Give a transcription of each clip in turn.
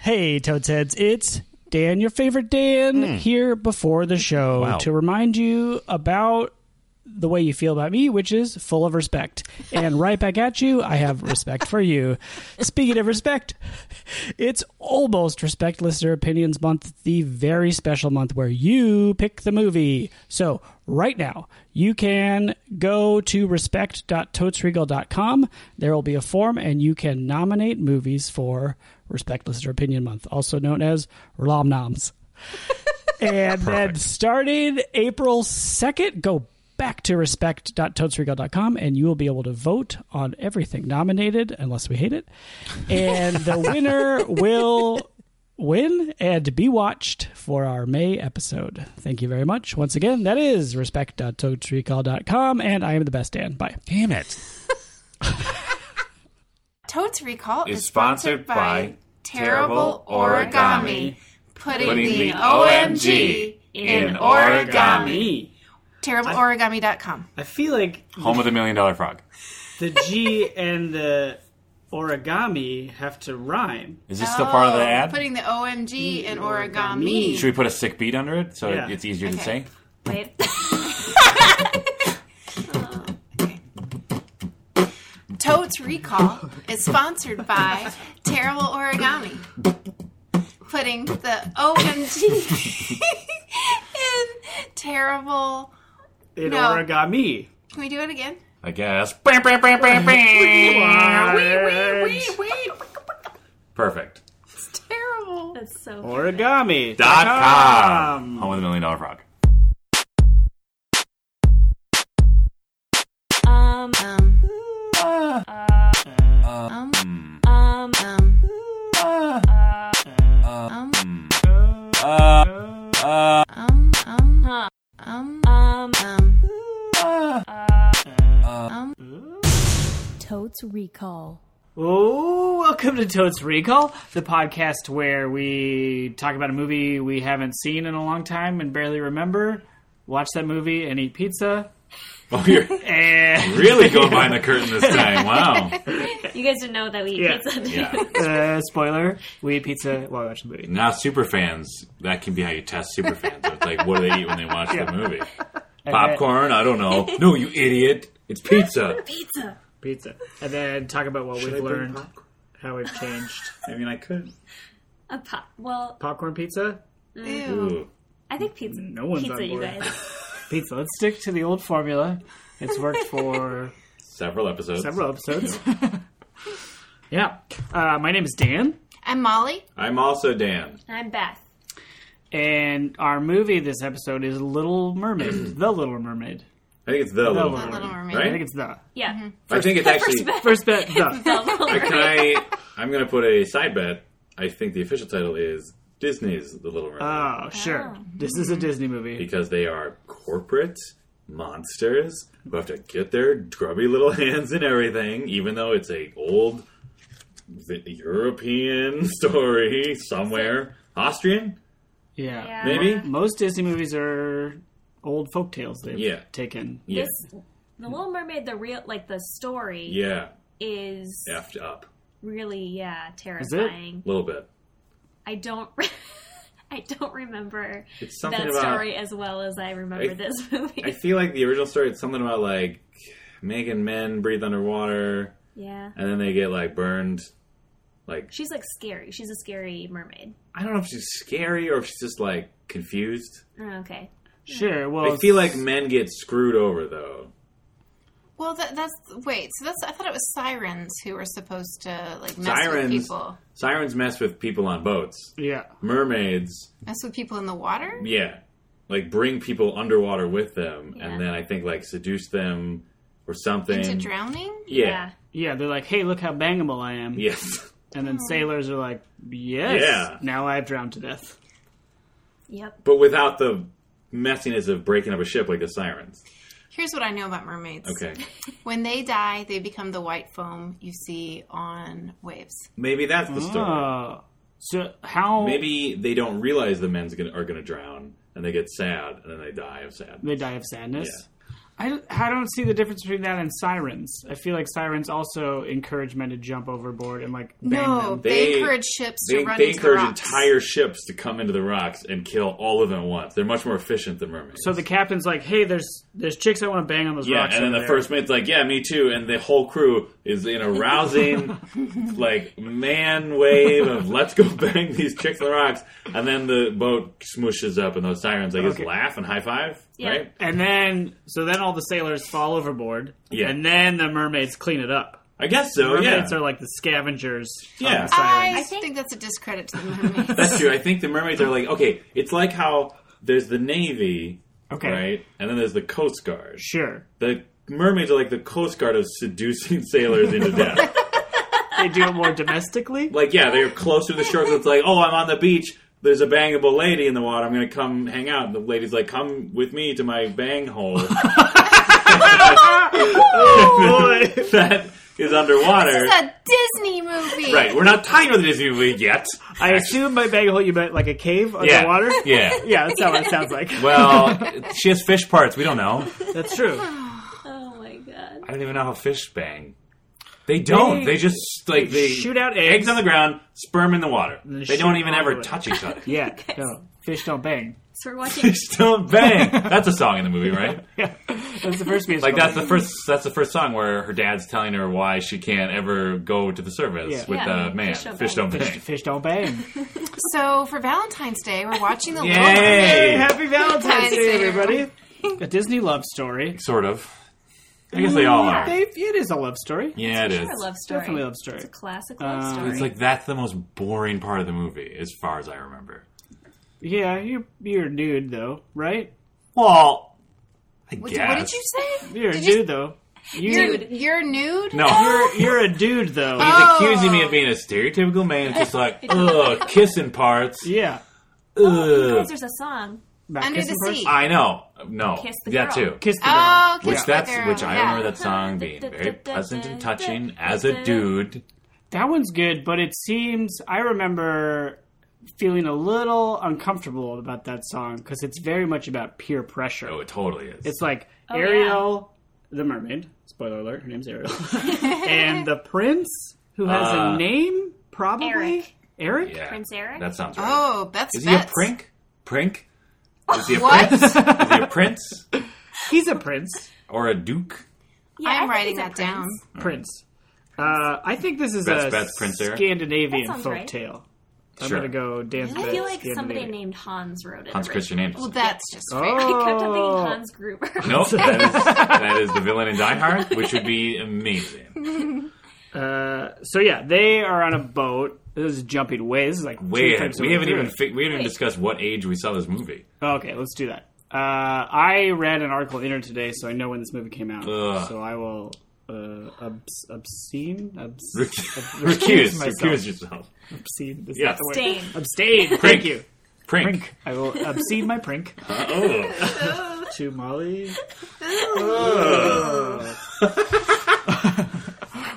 Hey, Toad's Heads, it's Dan, your favorite Dan, here before the show Wow. to remind you about the way you feel about me, which is full of respect. And right back at you, I have respect for you. Speaking of respect, it's almost Respect Listener Opinions Month, the very special month where you pick the movie. So, right now, you can go to respect.totesregal.com. There will be a form, and you can nominate movies for Respect Listener Opinion Month, also known as Rom Noms. And then starting April 2nd, go back to respect.toadsregal.com and you will be able to vote on everything nominated, unless we hate it. And the winner will win and be watched for our May episode. Thank you very much. Once again, that is respect.toadsregal.com and I am the best Dan. Bye. Damn it. Totes Recall Is is sponsored sponsored by by Terrible Origami, Origami, putting putting the the OMG OMG in in origami. origami. Me. TerribleOrigami.com. I feel like Home of the Million Dollar Frog. the G and the origami have to rhyme. Is this still part of the Oh, ad? Putting the OMG in origami. origami. Should we put a sick beat under it so Yeah. it's easier to Okay. say? Wait. Totes Recall is sponsored by Terrible Origami, putting the OMG in terrible. In No. origami. Can we do it again? I guess. Perfect. It's terrible. That's so. Origami. Dot com. Home of the Million Dollar Frog. Um. Um, um, um, um, um, um, um, um, um, um. Totes Recall. Oh, welcome to Totes Recall, the podcast where we talk about a movie we haven't seen in a long time and barely remember, watch that movie and eat pizza. Oh, you're And really going behind the curtain this time. Wow. You guys didn't know that we eat Yeah. pizza. Yeah. uh, spoiler, we eat pizza while we watch the movie. Now, super fans, that can be how you test super fans. It's like, what do they eat when they watch the movie? Popcorn? I don't know. No, you idiot. It's pizza. Pizza. Pizza. And then talk about what we've learned, how we've changed. I mean, I could. A pop. Well, Popcorn pizza? Ew. Ooh. I think pizza. No one's pizza, on you board. guys. Pizza. Let's stick to the old formula. It's worked for Several episodes. several episodes. yeah. Uh, my name is Dan, I'm Molly. I'm also Dan. I'm Beth. and our movie this episode is Little Mermaid. the Little Mermaid. I think it's the, little, Little Mermaid, Mermaid. right? I think it's the. Yeah. I think it's actually. First bet, the. I, can I, I'm going to put a side bet. I think the official title is Disney's The Little Mermaid Ah. Oh, sure. This is a Disney movie. because they are corporate monsters who have to get their grubby little hands in everything, even though it's a old v- European story somewhere. Austrian? Yeah. Yeah. Maybe? Most Disney movies are old folk tales they've Yeah. taken. Yeah. This, the Little Mermaid, the real, like the story, Yeah. is Effed up. really, yeah, terrifying. A little bit. I don't, I don't remember It's something that about. story as well as I remember I- this movie. I feel like the original story, it's something about like making men breathe underwater yeah, and then they get like burned. Like, she's like scary. She's a scary mermaid. I don't know if she's scary or if she's just like confused. Oh, okay, Sure. Well, I feel like men get screwed over though. Well, that, that's wait. So that's I thought it was sirens who were supposed to like mess with sirens people, sirens mess with people on boats Yeah. mermaids mess with people in the water. yeah like bring people underwater with them Yeah. and then i think like seduce them or something Into drowning? yeah, Yeah, they're like, hey, look how bangable I am. yes And then sailors are like, yes, Yeah. now I've drowned to death. yep. but without the messiness of breaking up a ship like the sirens Here's what I know about mermaids. okay When they die, they become the white foam you see on waves. maybe that's the story Oh. So how maybe they don't realize the men's gonna, are gonna drown and they get sad and then they die of sadness they die of sadness? I, I don't see the difference between that and sirens. I feel like sirens also encourage men to jump overboard and like bang No, them. they, They- encourage ships They, to run they into the encourage rocks. entire ships to come into the rocks and kill all of them at once. They're much more efficient than mermaids. So the captain's like, "Hey, there's there's chicks I want to bang on those yeah, rocks." and then over the there." first mate's like, "Yeah, me too," and the whole crew is in a rousing, like man wave of "Let's go bang these chicks on the rocks," and then the boat smooshes up, and those sirens, I guess, Okay. laugh and high five, Yeah. right? And then so then all the sailors fall overboard. Yeah. And then the mermaids clean it up. I guess so. Yeah, Mermaids are like the scavengers. of the Yeah. sirens. I, I think, think- that's a discredit to the mermaids. that's true. I think the mermaids are like, okay, it's like how there's the navy, Okay. right, and then there's the coast guard. Sure. The mermaids are like the coast guard of seducing sailors into death. They do it more domestically. like yeah, they're closer to the shore. 'cause It's like, oh, I'm on the beach. There's a bangable lady in the water. I'm gonna come hang out. And the lady's like, come with me to my bang hole. that is this underwater. is a Disney movie. Right, we're not tied with the Disney movie yet. I assume by bag hole you meant like a cave underwater. Yeah. Yeah, that's not what it sounds like. Well, she has fish parts. We don't know. That's true. Oh my god. I don't even know how fish bang. They don't. They, They- just like they, shoot out eggs eggs. on the ground, sperm in the water. they They don't shoot even all ever the way. touch each other. Yeah. No. Fish don't bang. So we're watching. Fish don't bang. That's a song in the movie, right? Yeah. That's the first musical. Like that's the first that's the first song where her dad's telling her why she can't ever go to the service Yeah. with Yeah, the man. Fish Don't Fish Bang. don't bang. Fish, fish don't bang. So for Valentine's Day, we're watching the Little Mermaid. Hey, Yay! happy Valentine's Valentine's Day, Day. everybody. A Disney love story. Sort of. I guess they all are. Mm, They, it is a love story. Yeah, it is. Our love story. Definitely love story. It's a classic love Um, story. It's like that's the most boring part of the movie, as far as I remember. Yeah, you you're a nude though, right? Well, I What, guess. what did you say? You're a Did dude you- though. You're, You, Dude. you're nude. No, you're you're a dude though. Oh. he's accusing me of being a stereotypical man. It's just like ugh, kissing parts. yeah. Ugh. Because there's a song. About Under the kissing first? sea. I know. No, Kiss the that girl. too. Kiss the girl. Oh, kiss Which the that's girl. which I yeah. remember that song being very pleasant and touching as a dude. That one's good, but it seems I remember feeling a little uncomfortable about that song because it's very much about peer pressure. Oh, it totally is. It's like Oh, Ariel, the mermaid. Spoiler alert: her name's Ariel, and the prince who has Uh, a name probably Eric. Eric? yeah, Prince Eric? That sounds right. Oh, that's is he a that's- prink? Prink? Is he a What? prince? Is he a prince He's a prince. or a duke? Yeah, I I'm think writing it's a that prince. down. Prince. Uh, I think this is Best a bets, Prince Eric. Scandinavian That sounds folk right. tale. I'm Sure. gonna go dance. I bets feel like somebody Scandinavian. named Hans wrote it. Hans originally. Christian Well, Andersen. that's just fair. Oh. I kept on thinking Hans Gruber. Nope, that is, that is the villain in Die Hard, which would be amazing. Uh, so yeah, they are on a boat. This is jumping way. This is like two Wait, trips we away haven't through even it. fi- we haven't even discussed what age we saw this movie. okay, let's do that. Uh, I read an article in Internet today, so I know when this movie came out. Ugh. So I will uh, obs- obscene, obs- Rec- ob- recuse, myself. recuse yourself. obscene. Is Yes. that the word? Abstain. Abstain. Prink. Thank you. Prink. Prink. I will obscene my prink Oh, to Molly.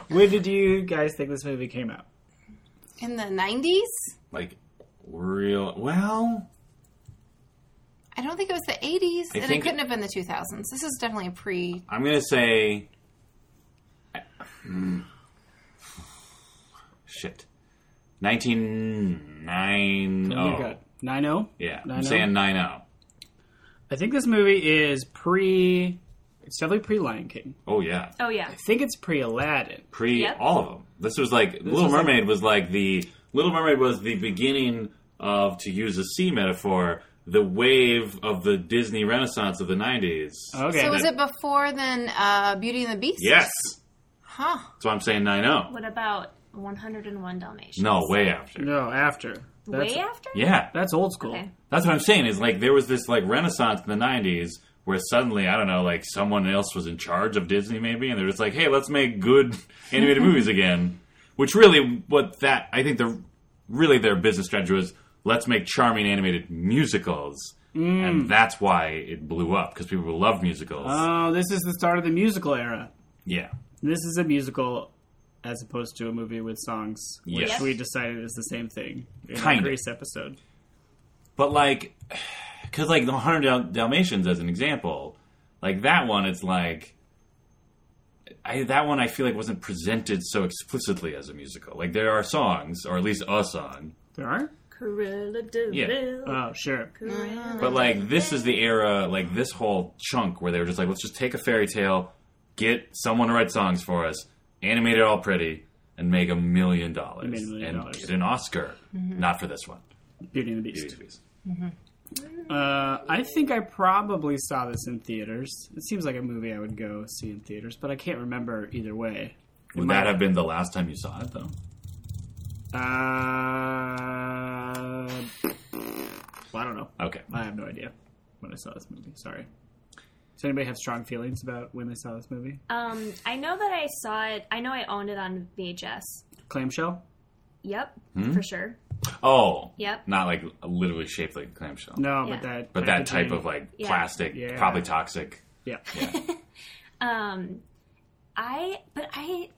when did you guys think this movie came out? In the 90s? like real. Well, I don't think it was the 80s, and it think- couldn't have been the 2000s. This is definitely a pre. I'm gonna say. Hmm. Shit. 1990. Oh my god, nine oh? zero. Yeah, I'm 9-0? saying oh. 9 0. I think this movie is pre. It's definitely pre Lion King. Oh, yeah. Oh yeah. I think it's pre Aladdin. Pre Yep. all of them. This was like Little was like- Mermaid was like the Little Mermaid was the beginning of, to use a sea metaphor, the wave of the Disney Renaissance of the 90s. Okay. So was it before then uh, Beauty and the Beast? Yes. Huh. That's why I'm saying 9 0. What about 101 Dalmatians? No, way after. no, after. That's, Way after? Yeah. That's old school. Okay. That's what I'm saying is like there was this like renaissance in the 90s where suddenly I don't know like someone else was in charge of Disney maybe and they're just like hey let's make good animated movies again which really what that I think the really their business strategy was let's make charming animated musicals and that's why it blew up because people love musicals Oh, this is the start of the musical era. yeah This is a musical as opposed to a movie with songs, which Yes. we decided is the same thing in Kinda. our Grease episode. But like, because like the Hundred Dal- Dalmatians as an example, Like that one, it's like I, that one I feel like wasn't presented so explicitly as a musical. Like there are songs, or at least a song, There are? Cruella de Yeah. Vil, Oh, sure. Cruella. but like this is the era, like this whole chunk where they were just like, let's just take a fairy tale, get someone to write songs for us, animate it all pretty, and make a million Made dollars a million and dollars. get an Oscar. Not for this one. Beauty and the Beast. Beauty and the Beast. Uh, I think I probably saw this in theaters. It seems like a movie I would go see in theaters, but I can't remember either way. Would that have been the last time you saw it though? Uh, well, I don't know. Okay. I have no idea when I saw this movie. Sorry. Does anybody have strong feelings about when they saw this movie? Um, I know that I saw it. I know I owned it on VHS. Clamshell? Yep, Hmm? for sure. Oh. Yep. Not like literally shaped like a clamshell. No, Yeah. but that. But that type of packaging- like Yeah. plastic, Yeah. probably toxic. Yeah. Um, I but I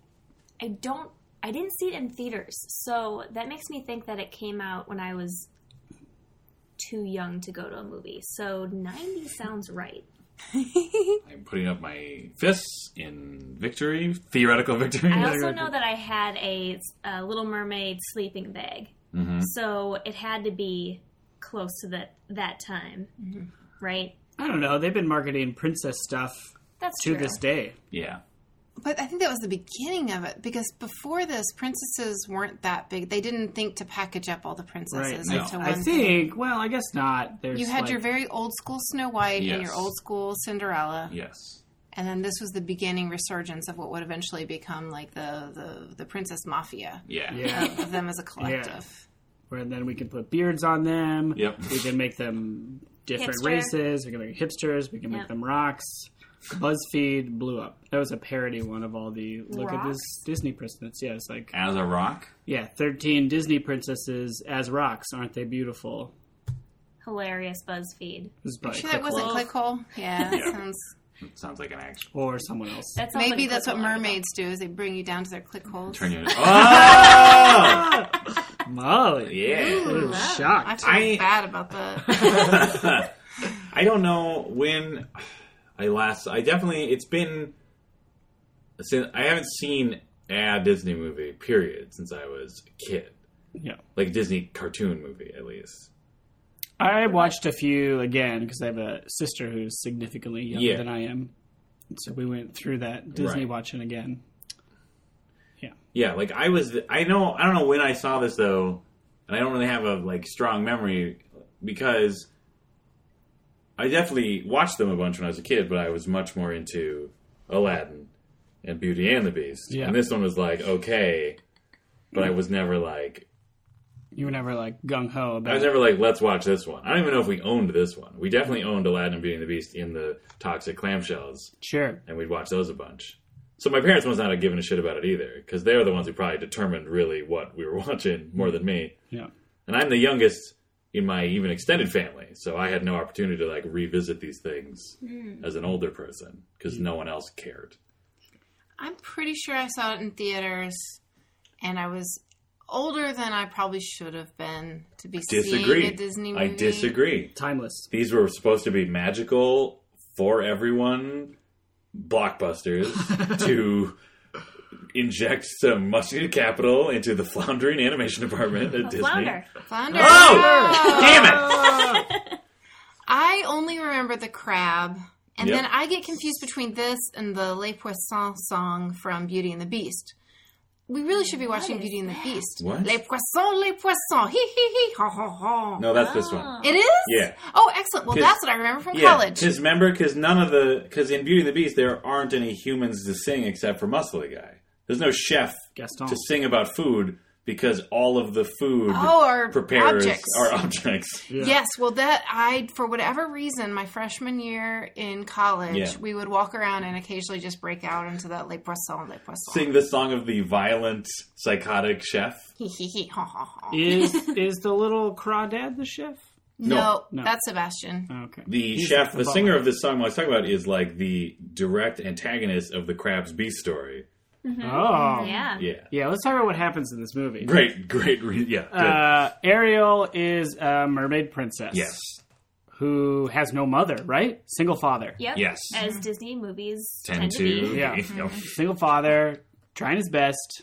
I don't I didn't see it in theaters, so that makes me think that it came out when I was too young to go to a movie. So ninety sounds right. I'm putting up my fists in victory, theoretical victory. I also know that I had a, a Little Mermaid sleeping bag, so it had to be close to that that time, right? I don't know. They've been marketing princess stuff That's to true. this day. yeah. But I think that was the beginning of it because before this, princesses weren't that big. They didn't think to package up all the princesses Right, no. into one. Um, I thing. think. Well, I guess not. There's you had like- your very old school Snow White and Yes. your old school Cinderella, Yes. and then this was the beginning resurgence of what would eventually become like the the, the princess mafia Yeah. Yeah. of them as a collective. where then we can put beards on them. Yep. We can make them different Hipster. races. We can make hipsters. We can make Yep. them rocks. BuzzFeed blew up. That was a parody one of all the look at this Rocks? Disney princess. Yeah, it's like As a rock. yeah, thirteen Disney princesses as rocks. Aren't they beautiful? Hilarious BuzzFeed. It was by Sure, that Click wasn't Wolf clickhole. Yeah, that Yeah. sounds. It sounds like an action. or someone else. That sounds Maybe like a that's what clickable article. mermaids do: is they bring you down to their clickholes. Turn you. Oh Molly, yeah. I'm I shocked. feel I- bad about that. I don't know when I last. I definitely. It's been. Since I haven't seen a Disney movie. Period. Since I was a kid, Yeah. like Disney cartoon movie, at least. I watched a few again because I have a sister who's significantly younger Yeah. than I am, so we went through that Disney Right. watching again. Yeah, like I was. I know. I don't know when I saw this though, and I don't really have a like strong memory because I definitely watched them a bunch when I was a kid, but I was much more into Aladdin and Beauty and the Beast. Yeah. And this one was like okay, but I was never like You were never like gung ho I about was never like let's watch this one. I don't even know if we owned this one. We definitely owned Aladdin and Beauty and the Beast in the toxic clamshells, Sure. and we'd watch those a bunch. So my parents must not have given a shit about it either, because they're the ones who probably determined really what we were watching more than me. Yeah. and I'm the youngest in my even extended family, so I had no opportunity to like revisit these things Hmm. as an older person because no one else cared. I'm pretty sure I saw it in theaters, and I was older than I probably should have been to be Disagree. seeing a Disney movie. I disagree. Timeless. These were supposed to be magical for everyone blockbusters to inject some much needed capital into the floundering animation department at Disney. Flounder. Flounder. Oh! Damn it! I only remember the crab, and Yep. then I get confused between this and the Les Poissons song from Beauty and the Beast. We really should be watching is Beauty and the Beast. What? Les Poissons, Les Poissons, hee hee hee, ha ha ha. No, that's this one. It is? Yeah. Oh, excellent. Well, 'Cause- that's what I remember from college. Because remember, because none of the because in Beauty and the Beast there aren't any humans to sing except for Muscly Guy. There's no chef Gaston. to sing about food because all of the food Oh, are preparers objects. are objects. Yeah. Yes, well, that I, for whatever reason, my freshman year in college, Yeah. we would walk around and occasionally just break out into that Les Poissons, Les Poissons. Sing the song of the violent, psychotic chef. Hee hee hee, ha ha ha. Is is the little crawdad the chef? No, No. that's Sebastian. Okay. The He's chef, the the butler. singer of this song I was talking about, is like the direct antagonist of the Crab's Beast story. Oh. Mm-hmm. Yeah. Yeah, Yeah, let's talk about what happens in this movie. great, great, re- yeah, good. Uh, Ariel is a mermaid princess. yes, who has no mother, right? Single father. Yep. Yes. As Disney movies Tend tend to. Mm-hmm. to be. Yeah. Yep. Single father, trying his best.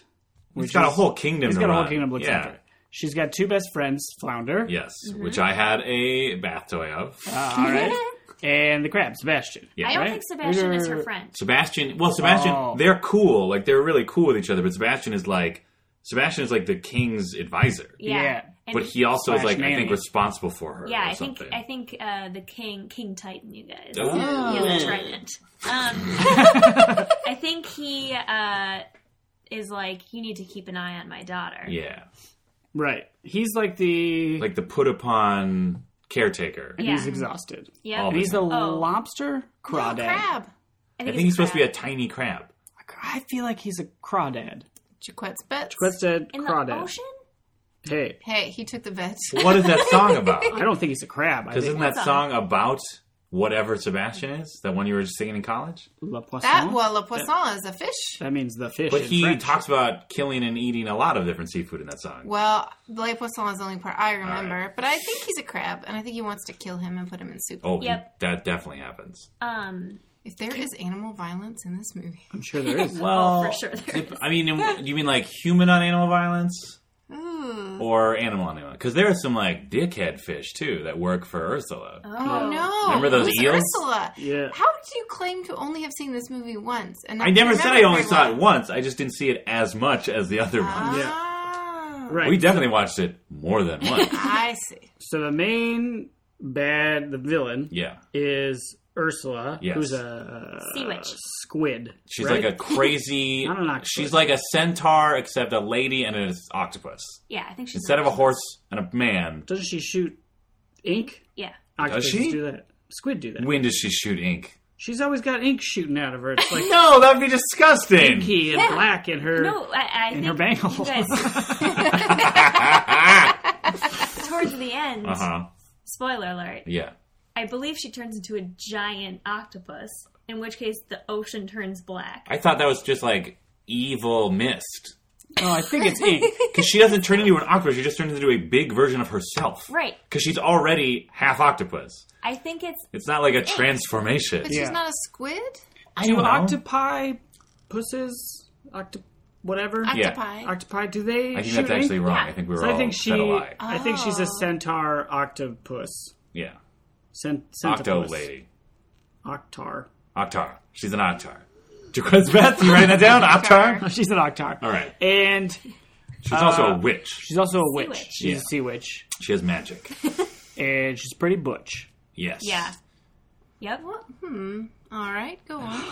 He's got a is- whole kingdom. He's to got a whole run. kingdom to look yeah. after. She's got two best friends, Flounder. Yes, which I had a bath toy of. Uh, all right. and the crab, Sebastian. Yeah. I don't Right? think Sebastian is her You're- friend. Sebastian, well, Sebastian, Oh. they're cool. Like they're really cool with each other. But Sebastian is like, Sebastian is like the king's advisor. Yeah. Yeah. And But he also is Slash like, I nanny. think, responsible for her. or yeah, I think something. I think uh, the king King Titan, you guys. Oh. He has a trident. Um, I think he uh, is like, you need to keep an eye on my daughter. Yeah, Right. He's like the. like the put upon caretaker. and Yeah. He's exhausted. Yep. All And he's a Oh. lobster crawdad. Oh, crab. I think he's supposed to be a tiny crab. I feel like he's a crawdad. Chiquette's bets. Crawdad. in the crawdad. ocean. Hey, Hey, he took the bet. What is that song about? I don't think he's a crab. I Because think isn't that What song about whatever Sebastian is? That one you were just singing in college? Le Poisson. That well, le poisson is a fish. That means the fish. But in he French. talks about killing and eating a lot of different seafood in that song. Well, le poisson is the only part I remember, All right. but I think he's a crab, and I think he wants to kill him and put him in soup. Oh, he- Yep. that definitely happens. Um, If there is animal violence in this movie, I'm sure there is. Well, oh, for sure there if- I mean, in- you mean like human on animal violence Hmm. ooh, or animal on animal? Because there are some like dickhead fish too that work for Ursula. oh no! Remember those Who's eels? Ursula? Yeah. How did you claim to only have seen this movie once? And I never said I only saw it once. I just didn't see it as much as the other Ah. ones. Yeah. Ah, Right. We definitely watched it more than once. I see. So the main bad, the villain, yeah. is Ursula, Yes. who's a Sea witch. squid. She's right? like a crazy. Not an octopus. she's like a centaur, except a lady and an octopus. Yeah, I think she's Instead of a horse and a man, Doesn't she shoot ink? Yeah. Octopuses she? do that. Squid do that. when does she shoot ink? She's always got ink shooting out of her. It's like No, that'd be disgusting. inky and Yeah. black in her. No, I, I in think her bangle. you guys towards the end. Uh huh. Spoiler alert. Yeah. I believe she turns into a giant octopus, in which case the ocean turns black. I thought that was just like evil mist. Oh, I think it's ink. Because she doesn't turn into an octopus, she just turns into a big version of herself. Right. Because she's already half octopus. I think it's It's not like a transformation. But Yeah. she's not a squid. I do don't know. octopi, pusses, octo, whatever. Yeah. Octopi. Octopi. Do they? I think shoot that's actually ink? wrong. Yeah. I think we were So all I think she. uh, fed a lie. I think she's a Oh. centaur octopus. Yeah. Cent- Octo centipus. lady. Octar. Octar. She's an octar. Jaquez Beth, you writing that down? Octar? She's an octar. All right. And She's also a Uh, witch. she's also a witch. witch. She's Yeah. a sea witch, She has magic. and she's pretty butch. Yes. yeah. Yep. All right, go on.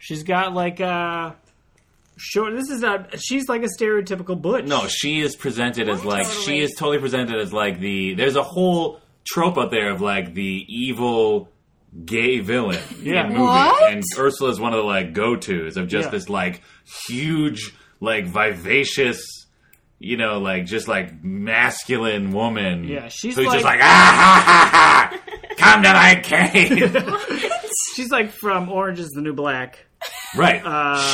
She's got like a short. This is a. She's like a stereotypical butch. No, she is presented Oh, as like she Totally. is totally presented as like the there's a whole trope out there of like the evil gay villain Yeah. in movies. What? And Ursula is one of the like go tos of just Yeah. this like huge, like vivacious you know, like just like masculine woman. Yeah, she's who's just like- like ah ha ha ha, come to my cave. she's like from Orange Is the New Black. right?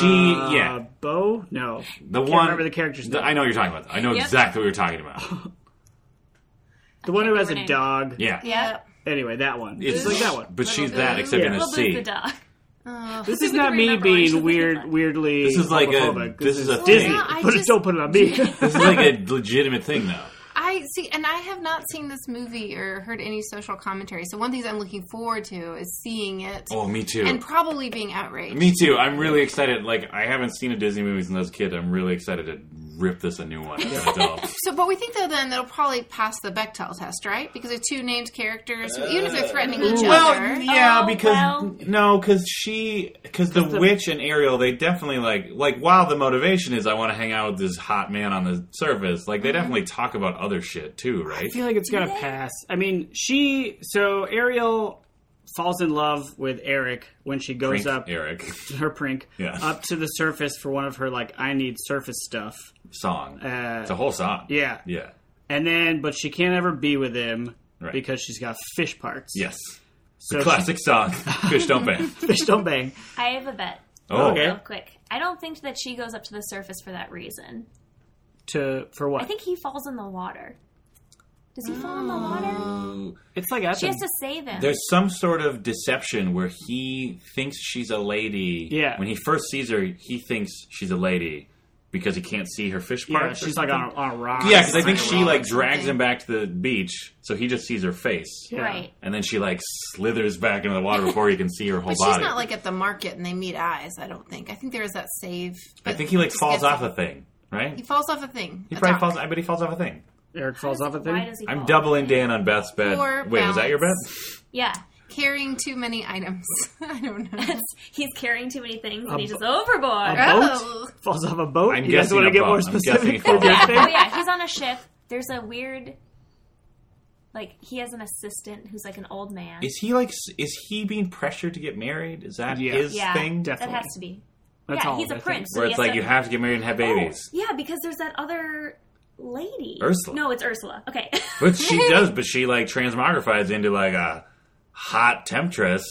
she Uh, yeah, Bo? No. the can't one. remember the character's the- name. I know what you're talking about. I know Yep. exactly what you're talking about. The one who has her a name. dog. Yeah, Yep. Anyway, that one. It's It's like that one. But she's that, boo. except in a Little Boo's the sea. dog. This is we not can me remember when she being was weird, little. weirdly. This is like a- homophobic. this is a Disney. thing. Well, I Put it, just- don't put it on me. This is like a legitimate thing, though. I see, and I have not seen this movie or heard any social commentary. So one thing I'm looking forward to is seeing it Oh, me too. and probably being outraged. me too. I'm really excited. Like, I haven't seen a Disney movie since I was a kid. I'm really excited to rip this a new one. as an adult. So, but we think though then that'll probably pass the Bechtel test, right? Because they're two named characters, even if they're threatening each other. Uh, well, yeah, Oh, because well. no, because she, because the, witch and Ariel, they definitely like, like, while the motivation is I want to hang out with this hot man on the surface, like, they definitely talk about other shit too, right? Mm-hmm. I feel like it's gonna pass. I mean, she. So Ariel falls in love with Eric when she goes Frank up Eric her prank Yeah. up to the surface for one of her like I need surface stuff. song. Uh, it's a whole song. yeah. Yeah. and then but she can't ever be with him Right. because she's got fish parts. Yes. so she- Classic song. Fish don't bang. fish don't bang. I have a bet. Oh, Okay. Real quick. I don't think that she goes up to the surface for that reason. To for what? I think he falls in the water. Does he fall in the water? Ooh. It's like up She has and- to save him. There's some sort of deception where he thinks she's a lady. Yeah. When he first sees her, he thinks she's a lady because he can't see her fish yeah, parts. or she's like something. on a, on a rock. Yeah, because I Like think a she rock. like drags something. him back to the beach, so he just sees her face, Yeah. Right. and then she like slithers back into the water before he can see her whole But she's body. not like at the market and they meet eyes. I don't think. I think there is that save. I but think he like just falls gets- off a thing, right? He falls off a thing. He a probably dock. falls. I bet he falls off a thing. Eric falls off a Why thing. does he I'm fall? doubling Dan on Beth's bed. Or Wait, was that your bet? balance. Yeah. carrying too many items. I don't know. It's- he's carrying too many things and A he's bo- just overboard. a boat? Oh. Falls off a boat. I'm you guys guessing want a to get boat. more I'm guessing he specific? falls with your off a thing? oh yeah, he's on a ship. There's a weird, like he has an assistant who's like an old man. Is he like? s- Is he being pressured to get married? Is that Yeah. his yeah, thing? Def- that definitely. has to be. That's yeah, all he's of a it, I prince. think. so Where he it's has like to- Oh. you have to get married and have babies, Yeah, because there's that other lady. Ursula. No, it's Ursula. Okay. which she does, but she like transmogrifies into like a hot temptress.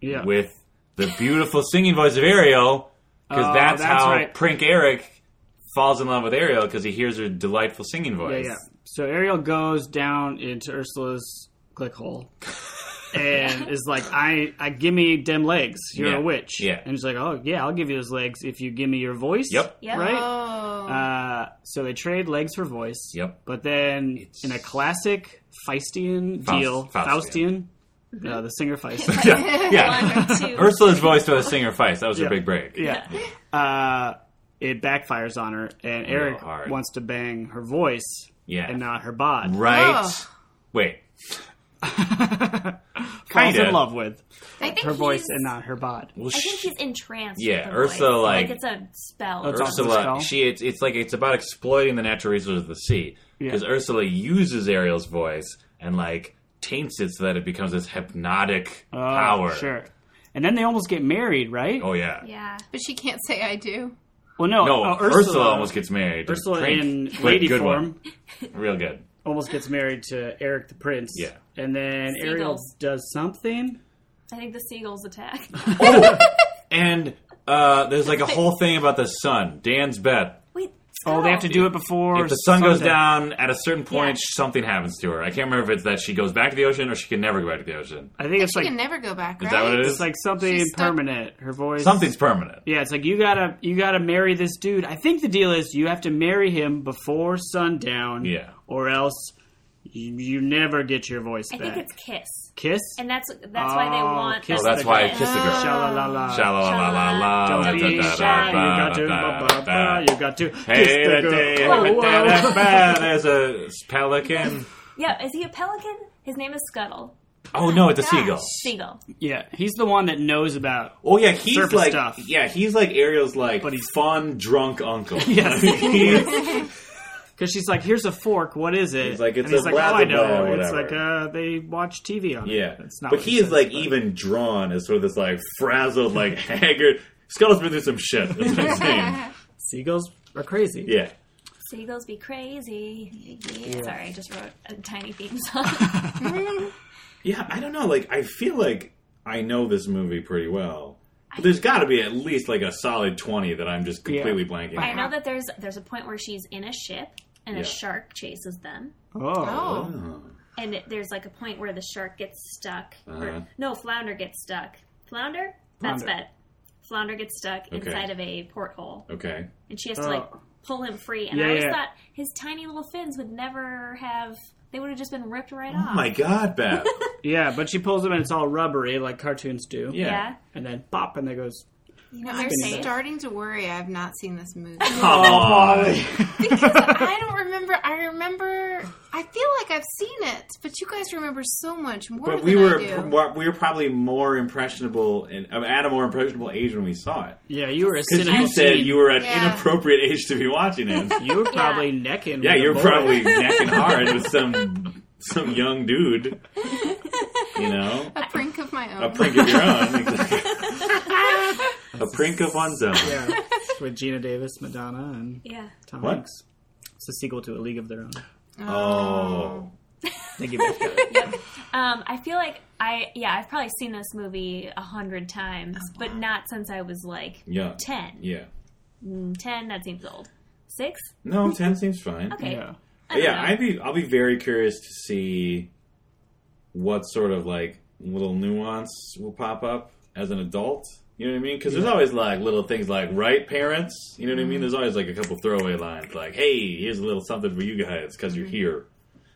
Yeah. with the beautiful singing voice of Ariel, because Oh, that's, that's how right. Prink Eric falls in love with Ariel because he hears her delightful singing yeah, voice. yeah. So Ariel goes down into Ursula's click hole. and is like, I, I give me dem legs. You're Yeah. a witch. Yeah. And she's like, oh yeah, I'll give you those legs if you give me your voice. Yep. Yep. Right. Oh. Uh, so they trade legs for voice. Yep. But then, in a classic Feistian deal, Faustian. Faustian, uh, the singer Feist. Yeah, yeah. One, two. Ursula's voice to the singer Feist. That was her big break. yeah. Uh, it backfires on her, and Eric hard. wants to bang her voice Yeah. and not her bod. Right. Oh. Wait. Falls Kinda. in love with I think her voice he's- and not her bod. Well, I think she, he's entranced. Yeah, with the Ursula, voice. like- it's a spell. That's awesome. Ursula. Ursula. She. It's, it's like it's about exploiting the natural resources of the sea because Ursula uses Ariel's voice and like taints it so that it becomes this hypnotic Oh, power. Sure. And then they almost get married, right? Oh yeah. Yeah. But she can't say I do. Well, no, No, uh, Ursula, almost gets married. to Ursula Prink. in Good- lady good form One. Real good. almost gets married to Eric the Prince. Yeah. And then Ariel Seagulls. does something. I think the seagulls attack. Oh, and uh, there's like a whole thing about the sun. Dan's bet. Wait. Oh, they have to do it before If the sun goes sunset. down at a certain point, Yeah. something happens to her. I can't remember if it's that she goes back to the ocean or she can never go back to the ocean. I think it's She like can never go back, Is right? that what it it's is? like something She's stuck. permanent. Her voice. Something's permanent. Yeah, it's like you gotta you gotta marry this dude. I think the deal is you have to marry him before sundown. Yeah. Or else you, you never get your voice I back. think it's kiss, Kiss. and that's that's why they Oh, want. kiss Oh, that's why I kiss. kissed the girl. Sha la la la. Sha la la la la. Don't la, be da, shy. You da, da, da, got to. da, Ba, da, ba, ba, da. you got to. kiss Hey, the da, girl. da, da, Whoa, da, whoa. da, There's a pelican. Yeah, is he a pelican? His name is Scuttle. Oh no, it's a Gosh. seagull. Seagull. Yeah, he's the one that knows about. Oh yeah, he's Surface like stuff. yeah, he's like Ariel's like But he's- fun drunk uncle. Yes. He's- Because she's like, here's a fork. What is it? He's like, it's and a he's like, oh, I blabber know. or It's whatever. like uh, they watch TV on it. yeah, It's not but what he it is says, like but- even drawn as sort of this like frazzled, like haggard. Scuttle's been through some shit. That's what I'm saying. seagulls are crazy. Yeah, Seagulls be crazy. Sorry, I just wrote a tiny theme song. yeah. I don't know. Like I feel like I know this movie pretty well. But there's got to be at least like a solid twenty that I'm just completely blanking. I on. know that there's there's a point where she's in a ship and Yeah. a shark chases them, Oh. Oh. and it- there's like a point where the shark gets stuck. Uh-huh. Or, no, flounder gets stuck. Flounder. That's Flounder. bet. Flounder gets stuck Okay. inside of a porthole, Okay. and she has to like Oh. pull him free. And Yeah, I always yeah. thought his tiny little fins would never have. They would have just been ripped right Oh off. my god, Beth. Yeah, but she pulls them and it's all rubbery like cartoons do. Yeah. yeah. And then pop, and there goes. You know, I'm Spinning it. starting to worry I've not seen this movie. Come Oh, on. I don't remember. I remember. I feel like I've seen it, but you guys remember so much more But than we I were do. pr- we were probably more impressionable and at a more impressionable age when we saw it. Yeah, you were a Because cinema you said teen. you were at Yeah. inappropriate age to be watching it. You were probably necking. yeah, with you're a boy. probably necking hard with some some young dude. You know, a prink of my own. a prink of your own, exactly. a prink of one's own. Yeah. It's with Gina Davis, Madonna, and Yeah. Tom What? Hanks. It's a sequel to A League of Their Own. Oh, Thank you. Beth. Um, I feel like I yeah I've probably seen this movie a hundred times, but not since I was like yeah, ten. yeah. Ten that seems old. Six? No, ten seems fine. Okay. Yeah. I don't yeah, know. I'd be I'll be very curious to see what sort of like little nuance will pop up as an adult. You know what I mean? Because there's always like little things like right parents. You know what I mean? There's always like a couple throwaway lines like, "Hey, here's a little something for you guys because Mm-hmm. you're here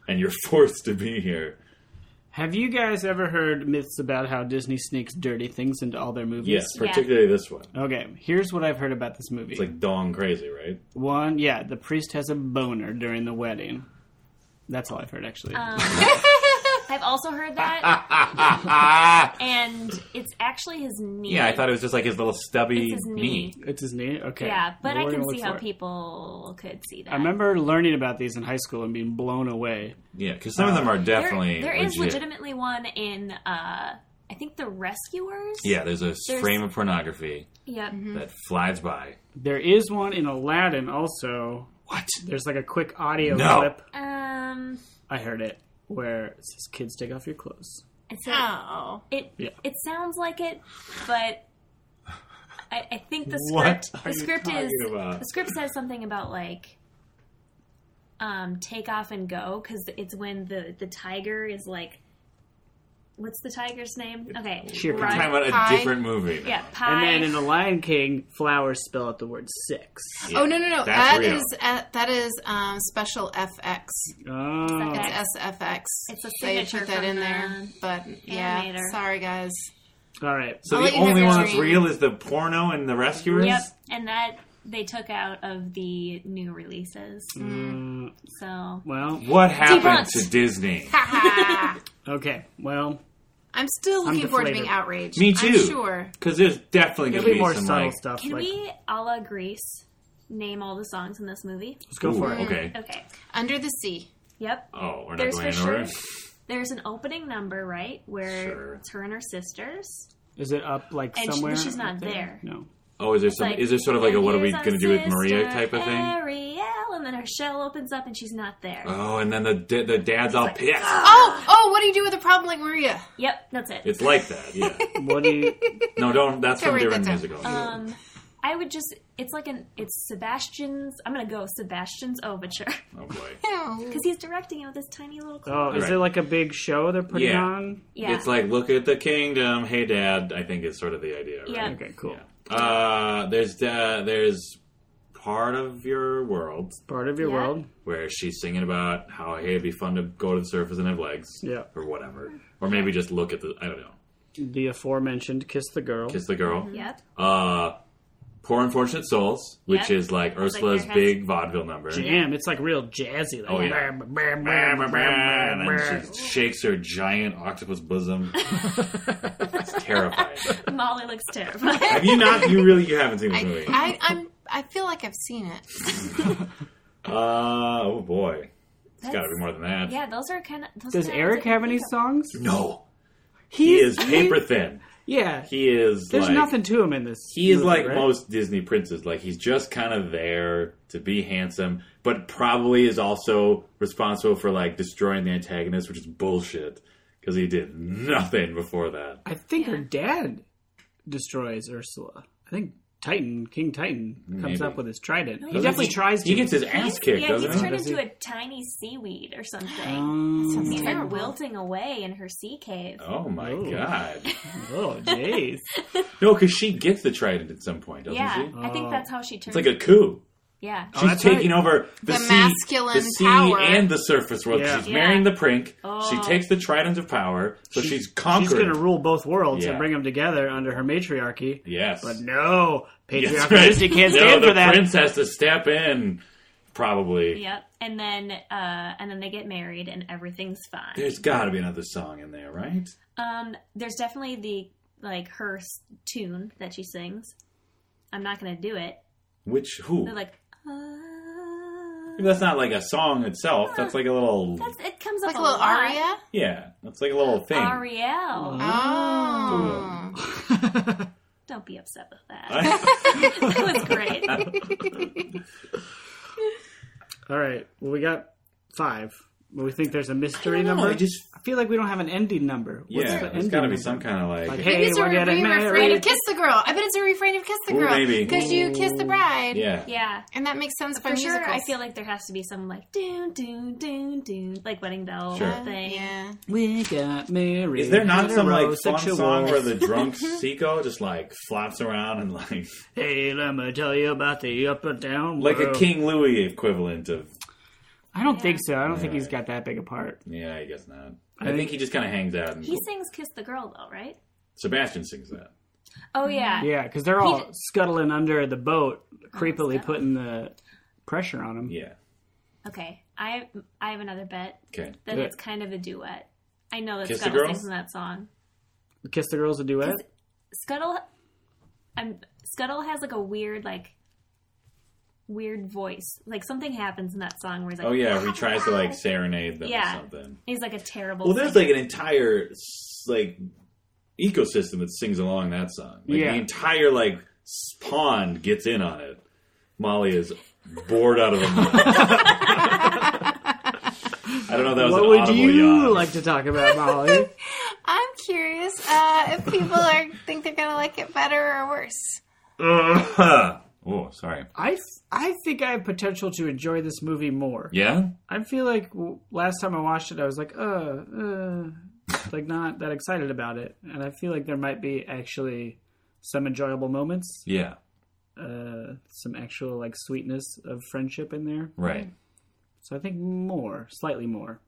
and you're forced to be here." Have you guys ever heard myths about how Disney sneaks dirty things into all their movies? Yes, Yeah. particularly this one. Okay, here's what I've heard about this movie. It's like dong crazy, right? One, yeah, the priest has a boner during the wedding. That's all I've heard, actually. Um, I've also heard that, and it's actually his knee. Yeah, I thought it was just like his little stubby it's his knee. knee. it's his knee. Okay. Yeah, but Well, I we're can gonna see look how for it. people could see that. I remember learning about these in high school and being blown away. Yeah, because some of them are There- definitely there is legit. legitimately one in uh, I think the Rescuers. Yeah, there's a There's- Mm-hmm. frame of pornography Yep. Mm-hmm. that flies by. There is one in Aladdin also. What? There's like a quick audio No. clip. Um. I heard it where it says, "Kids, take off your clothes." It's a, Oh. it Yeah. it sounds like it, but I, I think the What script are the you script is talking about? the script says something about like um take off and go because it's when the the tiger is like what's the tiger's name okay Shere Khan. We're talking about a Pie. different movie. now. yeah And pie then in The Lion King, flowers spell out the word six. Yeah, Oh no no no! That's That real. is uh, that is um, special FX. Oh, Okay. It's SFX. It's a they signature put that from in the there, but yeah. animator. Sorry guys. all right. So I'll the let you know only if one you're that's green. real is the porno and the rescuers. yep and that they took out of the new releases Mm, so well, What happened Debunked. to Disney? Ha ha! okay. Well, I'm still looking forward to deflated. being outraged. Me too. I'm sure. Because there's definitely going it'll to be be more some subtle like, stuff. can like, we a la Grease name all the songs in this movie let's go Ooh, for it. Okay. okay Under the sea. yep Oh, we're not There's going for anywhere. there's an opening number right where Sure. it's her and her sisters Is it up like And she- somewhere? she's not Up there. No. Oh, is there some? like, is there sort of like a "And what are we here's our going to do with sister, Maria type of thing? Ariel, and then her shell opens up and she's not there. Oh, and then the da- the dad's all pissed. "Ah!" Oh oh! What do you do with a problem like Maria? Yep, that's it. It's like that. Yeah. What do you? oh, No, don't. That's from write that different down. musical. Um, I would just, it's like an, it's Sebastian's, I'm gonna go Sebastian's Overture. oh boy. Because he's directing it with this tiny little Oh, clock. is Right. it like a big show they're putting Yeah. on? yeah. It's like look at the kingdom. Hey, dad. I think is sort of the idea. Right? Yeah. Okay, cool. Uh, there's uh, there's part of your world Part of your Yeah. world. where she's singing about how hey, it'd be fun to go to the surface and have legs, Yeah. or whatever, or maybe just look at the I don't know, The aforementioned kiss the girl. kiss the girl. Yep. Uh, poor unfortunate souls, which Yeah. is like your Ursula's head. big vaudeville number. Damn, it's like real jazzy. Like, Oh, yeah. brr, brr, brr, brr, brr, And brr. then she shakes her giant octopus bosom. it's terrifying. Molly looks terrified. Have you not? You really you haven't seen this I, movie? I I'm I feel like I've seen it. Uh, oh boy, it's got to That's- be more than that. yeah, those are kind of. Does Eric have any songs? No, he is paper thin. Yeah. He is. There's like, nothing to him in this. He is movie, like right? most Disney princes. Like he's just kind of there to be handsome, but probably is also responsible for like destroying the antagonist, which is bullshit because he did nothing before that. I think her dad destroys Ursula. I think Titan, King Titan, comes Maybe. up with his trident. he doesn't. definitely tries to. He gets his ass kicked, yeah, doesn't he's he? turned Does he? into a tiny seaweed or something. Um, he's like terrible. wilting away in her sea cave. Oh my Ooh. god! oh, jeez. No, because she gets the trident at some point, doesn't yeah, she? I think Oh. that's how she It's turns. like a coup. yeah. She's Oh, that's taking over the, The sea, masculine the sea power. and the surface world. Yeah. She's Yeah. marrying the prink. She Oh. takes the trident of power, so she's She's conquered. going to rule both worlds Yeah. and bring them together under her matriarchy. yes, But no, patriarchy Yes, right. Disney can't No, stand the for that. prince has to step in, probably. Yep. And then uh and then they get married and everything's fine. There's got to be another song in there, right? Um there's definitely the like her s- tune that she sings. I'm not going to do it. Which who? They're like uh, that's not like a song itself. That's like a little. that's- it comes Like up a little lot. aria. yeah, that's like a little thing. Ariel. Mm-hmm. Oh. Don't be upset with that. I- that was great. All right. Well, we got five. Well, we think there's a I mystery don't know, number. I just- I feel like we don't have an ending number. What's yeah, the there's ending got to be number? some kind of like, Like, Maybe hey, it's a we're getting refrain married. of Kiss the Girl. I bet it's a refrain of Kiss the Ooh, Girl. maybe. Because you kiss the bride. yeah, Yeah. And that makes sense for, For sure, I musicals. feel like there has to be some like doon doon doon doon like wedding bell Sure. thing. Yeah. We got married. Is there not some like fun Heterosexual. song where the drunk Mm-hmm. Seiko just like flops around and like Hey, let me tell you about the up and down. like a world. King Louis equivalent of I don't think so. I don't think Yeah. he's got that big a part. yeah, I guess not. I I think think- he just kind of hangs out and He sings "Kiss the Girl" though, right? Sebastian sings that. Oh yeah. Yeah, because they're all scuttling under the boat, creepily scuttling. putting the pressure on him. Yeah. Okay, I I have another bet Okay. that Yeah. it's kind of a duet. I know that Kiss the Scuttle Girl? sings in that song. Kiss the girls a duet. Scuttle, I'm Scuttle has like a weird like weird voice. Like something happens in that song where he's like, Oh yeah, he tries to like serenade them or Yeah. something. he's like a terrible. Well, there's singer. like an entire s- like ecosystem that sings along that song. Like Yeah. the entire like s- pond gets in on it. Molly is bored out of her mind. I don't know. if That was What an would audible you yawn. like to talk about, Molly? I'm curious uh, if people are, think they're going to like it better or worse. oh, sorry. I I think I have potential to enjoy this movie more. Yeah? I feel like w- last time I watched it, I was like, uh, uh, like not that excited about it, and I feel like there might be actually some enjoyable moments, Yeah. uh, some actual like sweetness of friendship in there. Mm. Right. So I think more, slightly more.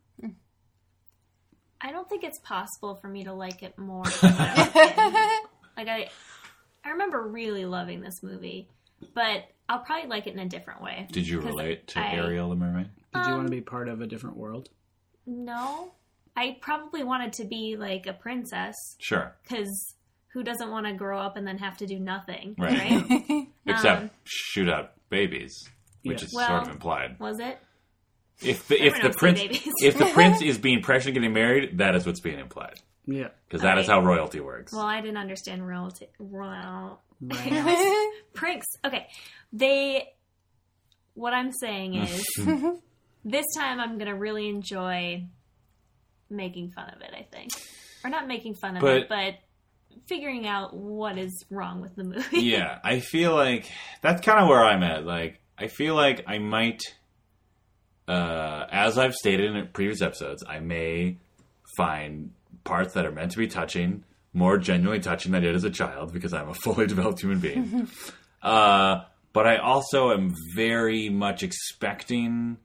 I don't think it's possible for me to like it more. than what I like I, I remember really loving this movie, but I'll probably like it in a different way. Did you 'Cause relate to I- Ariel the Mermaid? Did you Um, want to be part of a different world? No, I probably wanted to be like a princess Sure. because who doesn't want to grow up and then have to do nothing, Right. right? Except Um, shoot out babies, which Yeah. is Well- sort of implied. Was it? If the, if Everyone the else prince had babies. if the prince is being pressured into getting married, that is what's being implied Yeah. because that is Alright. how royalty works. Well, I didn't understand royalty. Well, Right. pranks. Okay, they. What I'm saying Oh, is, this time I'm gonna really enjoy making fun of it. I think, or not making fun of it, But- but figuring out what is wrong with the movie. yeah, I feel like that's kind of where I'm at. Like, I feel like I might, uh, as I've stated in previous episodes, I may find parts that are meant to be touching more genuinely touching than I did as a child because I'm a fully developed human being. uh, but I also am very much expecting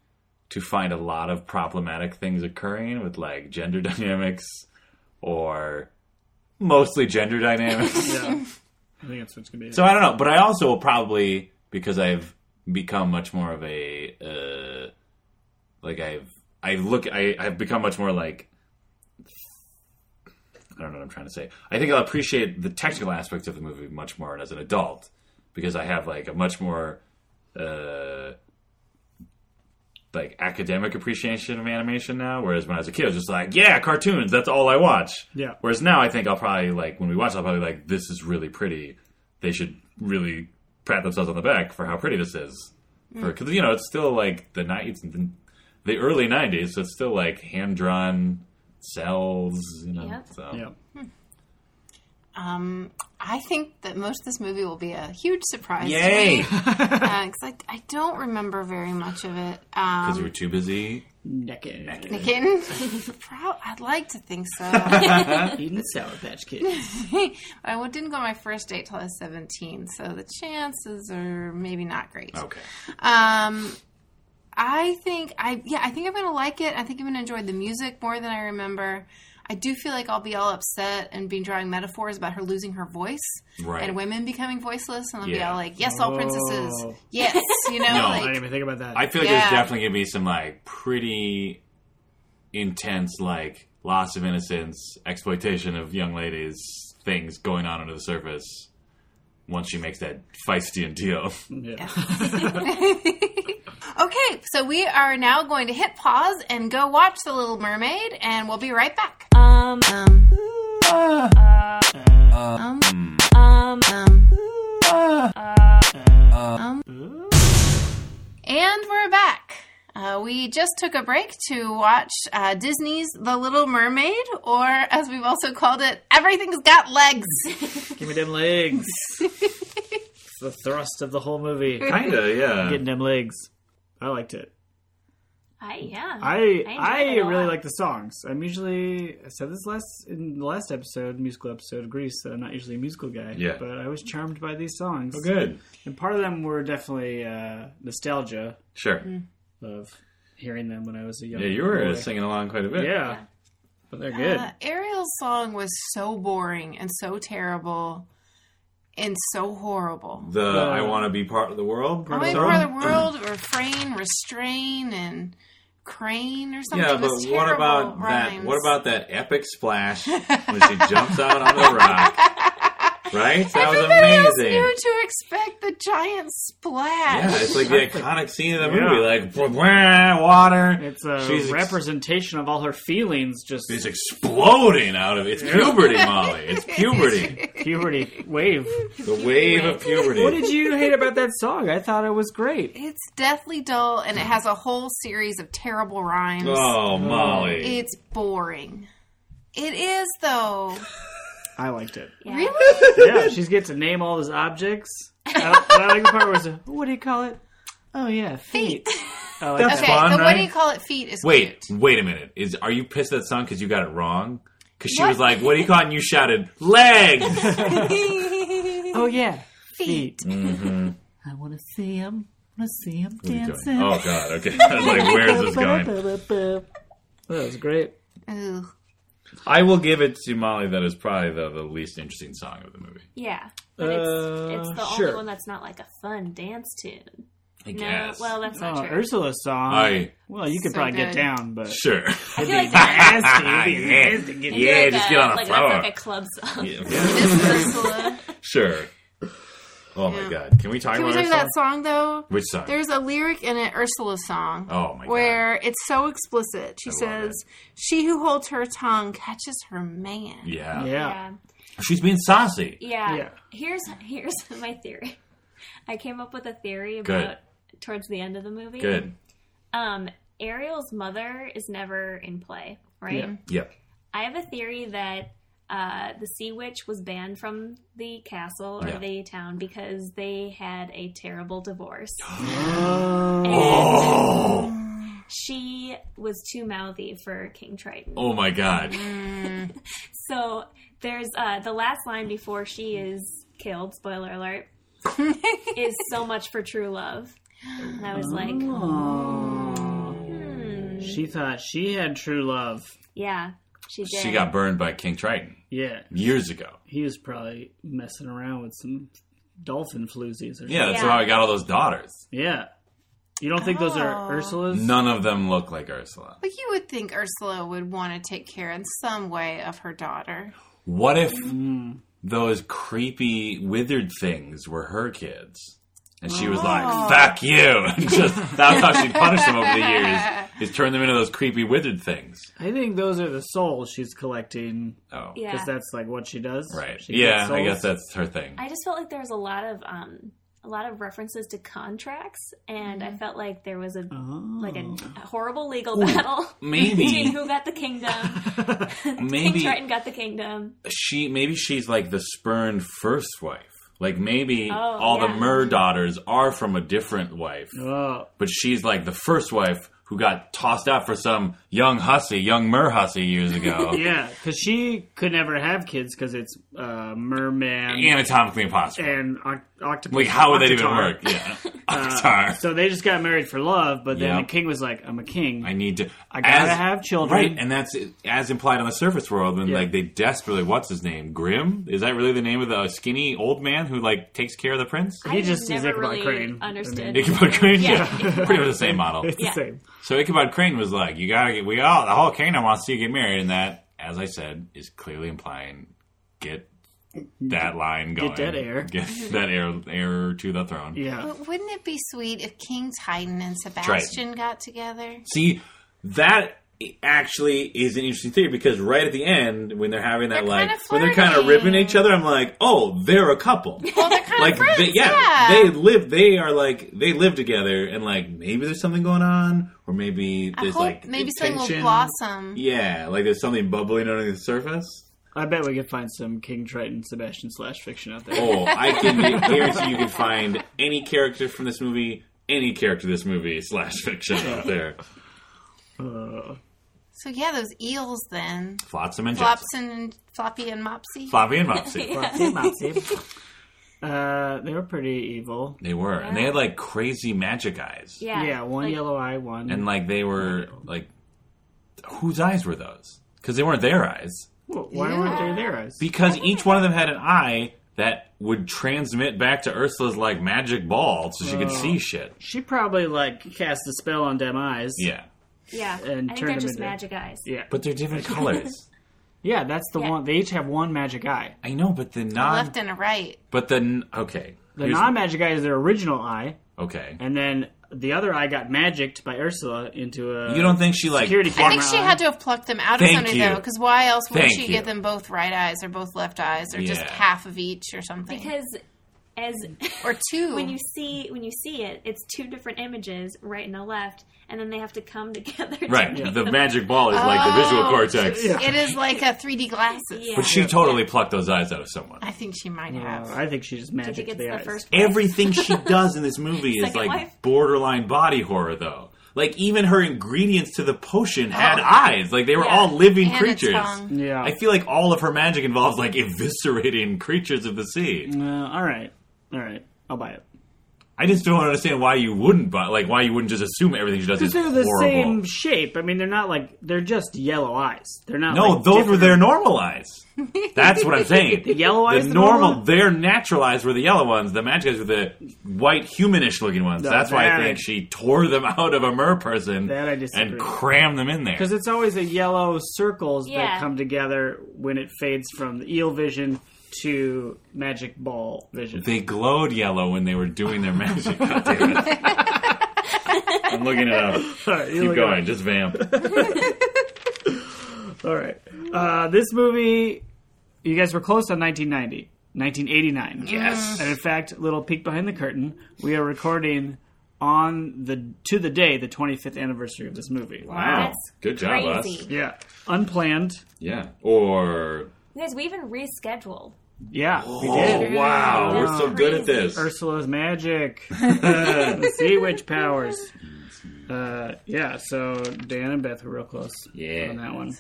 to find a lot of problematic things occurring with like gender dynamics or mostly gender dynamics. yeah. I think that's what's gonna be. So I don't know, but I also will probably because I've become much more of a uh, like I've I look I I've become much more like I don't know what I'm trying to say. I think I'll appreciate the technical aspects of the movie much more as an adult because I have like a much more uh, like academic appreciation of animation now. Whereas when I was a kid, I was just like, yeah, cartoons. That's all I watch. Yeah. Whereas now, I think I'll probably like when we watch, I'll probably be like, this is really pretty. They should really pat themselves on the back for how pretty this is. Because you know, it's still like the night, it's the, the early '90s, so it's still like hand drawn cells. You know, Yep. so yeah. Um, I think that most of this movie will be a huge surprise. yay! Because I, I don't remember very much of it. Um, Because you were too busy. Naked. Again, Pro- I'd like to think so. I Eating Sour Patch Kids. well, didn't go on my first date till I was 17, so the chances are maybe not great. Okay. Um, I think I yeah I think I'm gonna like it. I think I'm gonna enjoy the music more than I remember. I do feel like I'll be all upset and be drawing metaphors about her losing her voice Right. and women becoming voiceless, and I'll be Yeah. all like, "Yes, all princesses, Oh. yes," you know, No, I didn't like, even think about that. I feel like Yeah. there's definitely gonna be some like pretty intense like loss of innocence, exploitation of young ladies things going on under the surface once she makes that feisty and deal. yeah. okay. So we are now going to hit pause and go watch The Little Mermaid, and we'll be right back. Um. Um, Um. um, um, and we're back. Uh, we just took a break to watch uh, Disney's The Little Mermaid, or as we've also called it, Everything's Got Legs. Give me them legs. It's the thrust of the whole movie. Kinda, yeah. Getting them legs. I liked it. I yeah. I enjoyed I, it a lot. really like the songs. I'm usually I said this last in the last episode, musical episode of Grease, that I'm not usually a musical guy. Yeah. But I was charmed by these songs. Oh, good. And part of them were definitely uh, nostalgia Sure. Mm-hmm. of hearing them when I was a young Yeah, you were boy. singing along quite a Yeah. bit. But they're good. Uh, Ariel's song was so boring and so terrible and so horrible. The Uh, I want to be part of the world. I song? mean, part of the world, refrain, restrain, and crane or something. Yeah, It but was what terrible about that? rhymes. What about that epic splash when she jumps out on the rock? Right, that was Everybody else amazing. knew to expect the giant splash. Yeah, it's like the iconic scene of the Yeah. movie, like "Bwah, water. It's a She's ex- representation of all her feelings, just It's exploding out of it's puberty, Molly. It's puberty. puberty wave. The wave of puberty. What did you hate about that song? I thought it was great. It's deathly dull, and it has a whole series of terrible rhymes. oh, Molly. It's boring. It is though. I liked it. Yeah. Really? yeah, she gets to name all those objects. I, I like the part where it's a, what do you call it? Oh yeah, feet. I like That's that. Okay, Fun, the what right? do you call it? Feet is Wait, cute. wait a minute. Is are you pissed at that song because you got it wrong? Because she What? was like, "What do you call?" it? And you shouted, "Legs." Oh yeah, Feet. feet. I want to see him. Want to see him dancing. oh God. Okay. I was like, "Where's this going?" That was great. Ooh. I will give it to Molly. That is probably the, the least interesting song of the movie. Yeah. But it's, it's the Uh, only sure. one that's not like a fun dance tune. I No, guess. well, that's not Oh, true. Ursula's song. I well, you could So probably get good. down, but sure. I feel like that- nasty. It'd be Yeah. nasty to get I feel Yeah, like just a- get on the like, floor. That's like a club song. Yeah. This is Ursula. sure. Oh my Yeah. God. Can we talk Can we about our talk about that song though? Which song? There's a lyric in it, Ursula's song. Oh, my God. Where it's so explicit. She I love says, "She who holds her tongue catches her man." yeah. Yeah. She's being saucy. Yeah. Yeah. Here's here's my theory. I came up with a theory about towards the end of the movie. Good. Um, Ariel's mother is never in play, right? Yeah. Yep. I have a theory that uh, the sea witch was banned from the castle or Yeah. the town because they had a terrible divorce. and Oh. she was too mouthy for King Triton. Oh my God. Mm, So there's uh, the last line before she is killed. Spoiler alert. is so much for true love, and I was like, Oh. hmm, She thought she had true love. yeah, she did. She got burned by King Triton Yeah. years ago. He was probably messing around with some dolphin floozies or Yeah, that's Yeah. how I got all those daughters. something. Yeah. You don't think those Oh. are Ursula's? None of them look like Ursula. But you would think Ursula would want to take care in some way of her daughter. What if Mm. those creepy withered things were her kids? And she was Oh. like, fuck you. And Just that's how she punished them over the years is turn them into those creepy withered things. I think those are the souls she's collecting Oh. yeah. because that's like what she does. Right. She Yeah, gets I souls. guess that's her thing. I just felt like there was a lot of um, a lot of references to contracts, and I felt like there was a Mm-hmm. Oh. like a horrible legal battle. maybe. between who got the kingdom? Maybe- King Triton got the kingdom. She maybe she's like the spurned first wife. Like maybe Oh, all the yeah. Mur daughters are from a different wife. Oh, but she's like the first wife who got tossed out for some young hussy, young mer hussy years ago. yeah, because she could never have kids because it's uh, merman Anatomically impossible. and oc- octopus. like, how would that even octatar. Uh, work? Yeah. Sorry. So they just got married for love, but then Yeah. the king was like, "I'm a king." I need to. I gotta have children. Right, and that's as implied on the surface world. And Yeah. like they desperately, what's his name? Grimm? Is that really the name of the skinny old man who like takes care of the prince? I just is never Ichabod really Crane. I understood. mean- Ichabod Crane. Yeah. pretty much the same model. it's Yeah. the same. So Ichabod Crane was like, "You gotta get we all the whole kingdom wants you to get married," and that, as I said, is clearly implying get that line going, Get that heir. get that heir, heir to the throne. Yeah. But wouldn't it be sweet if King Titan and Sebastian got together? See that actually is an interesting theory because right at the end when they're having that They're like kinda when they're kind of flirting. ripping each other, I'm like, oh, they're a couple. Well, they're kind like of friends. they, yeah, they live. They are like they live together, and like maybe there's something going on, or maybe I there's hope like maybe tension. something will blossom. Yeah, like there's something bubbling under the surface. I bet we could find some King Triton Sebastian slash fiction out there. Oh, I can guarantee you can find any character from this movie, any character this movie slash fiction out there. So yeah, those eels then. Flotsam and Jetsam. Flopson and Floppy and Mopsy. Floppy and Mopsy. Mopsy, Mopsy. Uh, they were pretty evil. They were, and they had like crazy magic eyes, Yeah. Yeah, one like, yellow eye, one. and like they were like, whose eyes were those? Because they weren't their eyes. Wh- why weren't they their eyes? Because each one of them had an eye that would transmit back to Ursula's like magic ball, so she could see shit. She probably like cast a spell on them eyes. Yeah, Yeah. And I turn think they're them just into- magic eyes. yeah, but they're different colors. yeah. That's the Yeah. one. They each have one magic eye. I know, but the A non, left and a right. but the n- okay, The Here's- non-magic eye is their original eye, okay. and then the other eye got magicked by Ursula into a. You don't think she like security plucked- I think she Camera. had to have plucked them out Thank of something you. though, because why else would Thank she you. get them both right eyes or both left eyes or just Yeah. half of each or something? Because as or two. when you see when you see it, it's two different images, right and a left, and then they have to come together. to Right, make the them- magic ball is like the visual Oh. cortex. Yeah. it is like a 3D glasses. Yeah. But she totally plucked those eyes out of someone. I think she might Uh, have. I think she just I think magicked it's the the eyes. first. Everything she does in this movie is Second like Life. borderline body horror, though. Like even her ingredients to the potion had eyes. Like they were all living Oh. And a creatures. tongue. Yeah. I feel like all of her magic involves like eviscerating creatures of the sea. Uh, all right, all right. I'll buy it. I just don't understand why you wouldn't, but like why you wouldn't just assume everything she does is They're the horrible. same shape. I mean, they're not like they're just yellow eyes. They're not. No, like, those were different- their normal eyes. That's what I'm saying. the yellow eyes, the the normal, normal their natural eyes were the yellow ones. The magic eyes were the white, humanish looking ones. No, That's why I that think I- she tore them out of a mer person That I disagree and with. crammed them in there. Because it's always the yellow circles Yeah. that come together when it fades from the eel vision to magic ball vision. They glowed yellow when they were doing their magic. God damn it. I'm looking it up. All right, you Keep look going. up. Just vamp. All right. Uh, this movie, you guys were close on 1990. 1989. Yes. And in fact, little peek behind the curtain, we are recording on the to the day the 25th anniversary of this movie. Wow. That's Good job, crazy. us. Yeah. Unplanned. Yeah. Or. Guys, we even rescheduled. Yeah. We Oh, did. wow. We're so good at this. Ursula's magic, sea witch powers. Uh, yeah, so Dan and Beth were real close Yeah. on that one.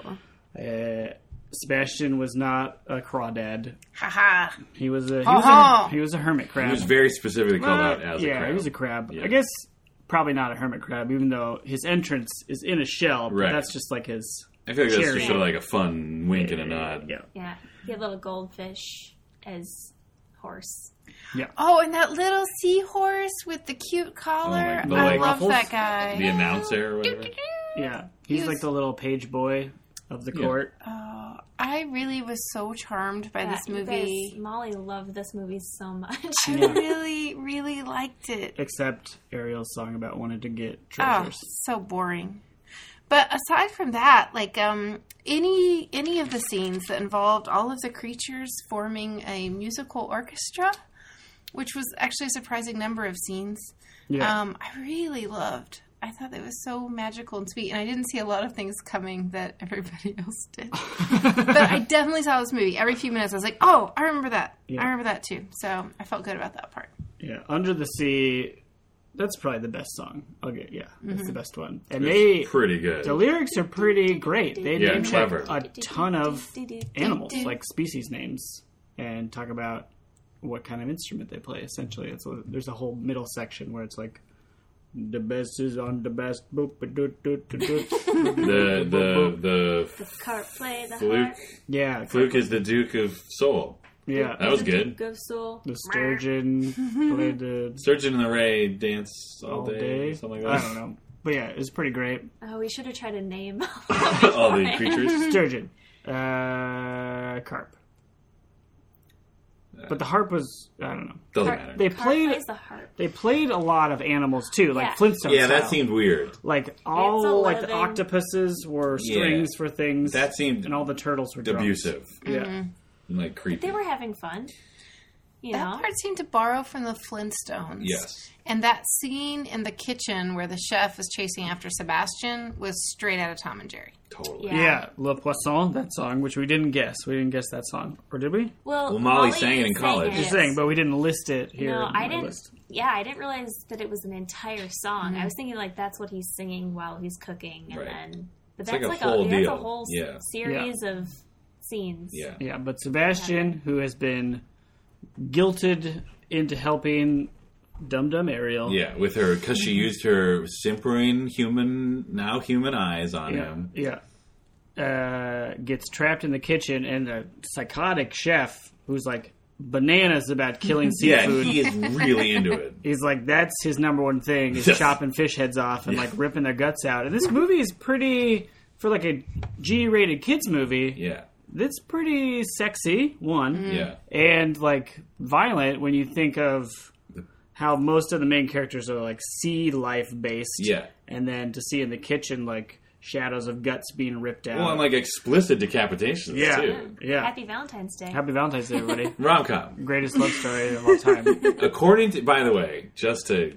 cool. Uh, Sebastian was not a crawdad. Haha. He was a he, Uh-huh. was, a, he was a hermit crab. It was very specifically called out Uh, as yeah, a crab. he was a crab. Yeah. I guess probably not a hermit crab, even though his entrance is in a shell. But Right. that's just like his. I feel like that's Cherry. just sort of like a fun wink and a nod. Yeah, Yeah, he had little goldfish as horse. Oh, and that little seahorse with the cute collar. Oh my- the, I like, love ruffles? that guy. The announcer or whatever. yeah. He He's was- like the little page boy of the court. I really was so charmed by this Yeah, you movie. guys, Molly loved this movie so much. I really, really liked it. Except Ariel's song about wanting to get Oh, treasures. so boring. But aside from that, like um, any any of the scenes that involved all of the creatures forming a musical orchestra, which was actually a surprising number of scenes, yeah. um, I really loved. I thought that was so magical and sweet, and I didn't see a lot of things coming that everybody else did. but I definitely saw this movie every few minutes. I was like, "Oh, I remember that. I remember that too." So I felt good about that part. Yeah, Under the Sea. That's probably the best song. Okay, yeah, that's the best one. And they Pretty good. the lyrics are pretty great. They Yeah, name check clever. a ton of animals, like species names, and talk about what kind of instrument they play. Essentially, it's a, there's a whole middle section where it's like the best is on the best. Boop, a doot, doot, doot, doot. the the the Carp play the fluke harp. yeah, fluke is the Duke of Seoul. That yeah. was the good. Duke of Seoul. The sturgeon played the Surgeon and the Ray dance all, all day. something I like don't that. know, but yeah, it's pretty great. Oh, we should have tried to name. all the creatures. Sturgeon, uh, carp. But the harp was I don't know. Doesn't Har- matter. They Harp played- plays the harp. They played a lot of animals too, like Yeah. Flintstones. yeah, that style. seemed weird. like all like the living- octopuses were Yeah. strings for things. That seemed and all the turtles were drums. Abusive. Yeah, Mm-hmm. And, like creepy. They were having fun. You That know, part seemed to borrow from the Flintstones. yes. And that scene in the kitchen where the chef is chasing after Sebastian was straight out of Tom and Jerry. Totally. Yeah. yeah. Le Poisson, that song, which we didn't guess. We didn't guess that song, or did we? Well, Well, Molly sang it in college. Just saying, but we didn't list it here. no, in I the didn't. list. Mm-hmm. Yeah, I didn't realize that it was an entire song. I was thinking like that's what he's singing while he's cooking, and Right. then but like that's a like, full a, that's deal. a whole s- Yeah. series of scenes. Yeah. Yeah, but Sebastian, who has been guilted into helping Dum Dum Ariel, Yeah, with her because Mm-hmm. she used her simpering human, now human eyes on yeah, him. yeah, uh, gets trapped in the kitchen, and the psychotic chef, who's like bananas about killing Yeah, seafood, he is really into it. He's like, that's his number one thing is Yes. chopping fish heads off and like ripping their guts out. And this movie is pretty for like a G-rated kids movie. Yeah, Mm-hmm. It's pretty sexy one Mm. yeah, and like violent when you think of how most of the main characters are like sea life based. yeah. and then to see in the kitchen like shadows of guts being ripped out. Well, and like explicit decapitations Yeah. too. yeah. Happy, Happy Valentine's Day. Valentine's Day, everybody. Rom com. Greatest love story of all time. According to, by the way, just to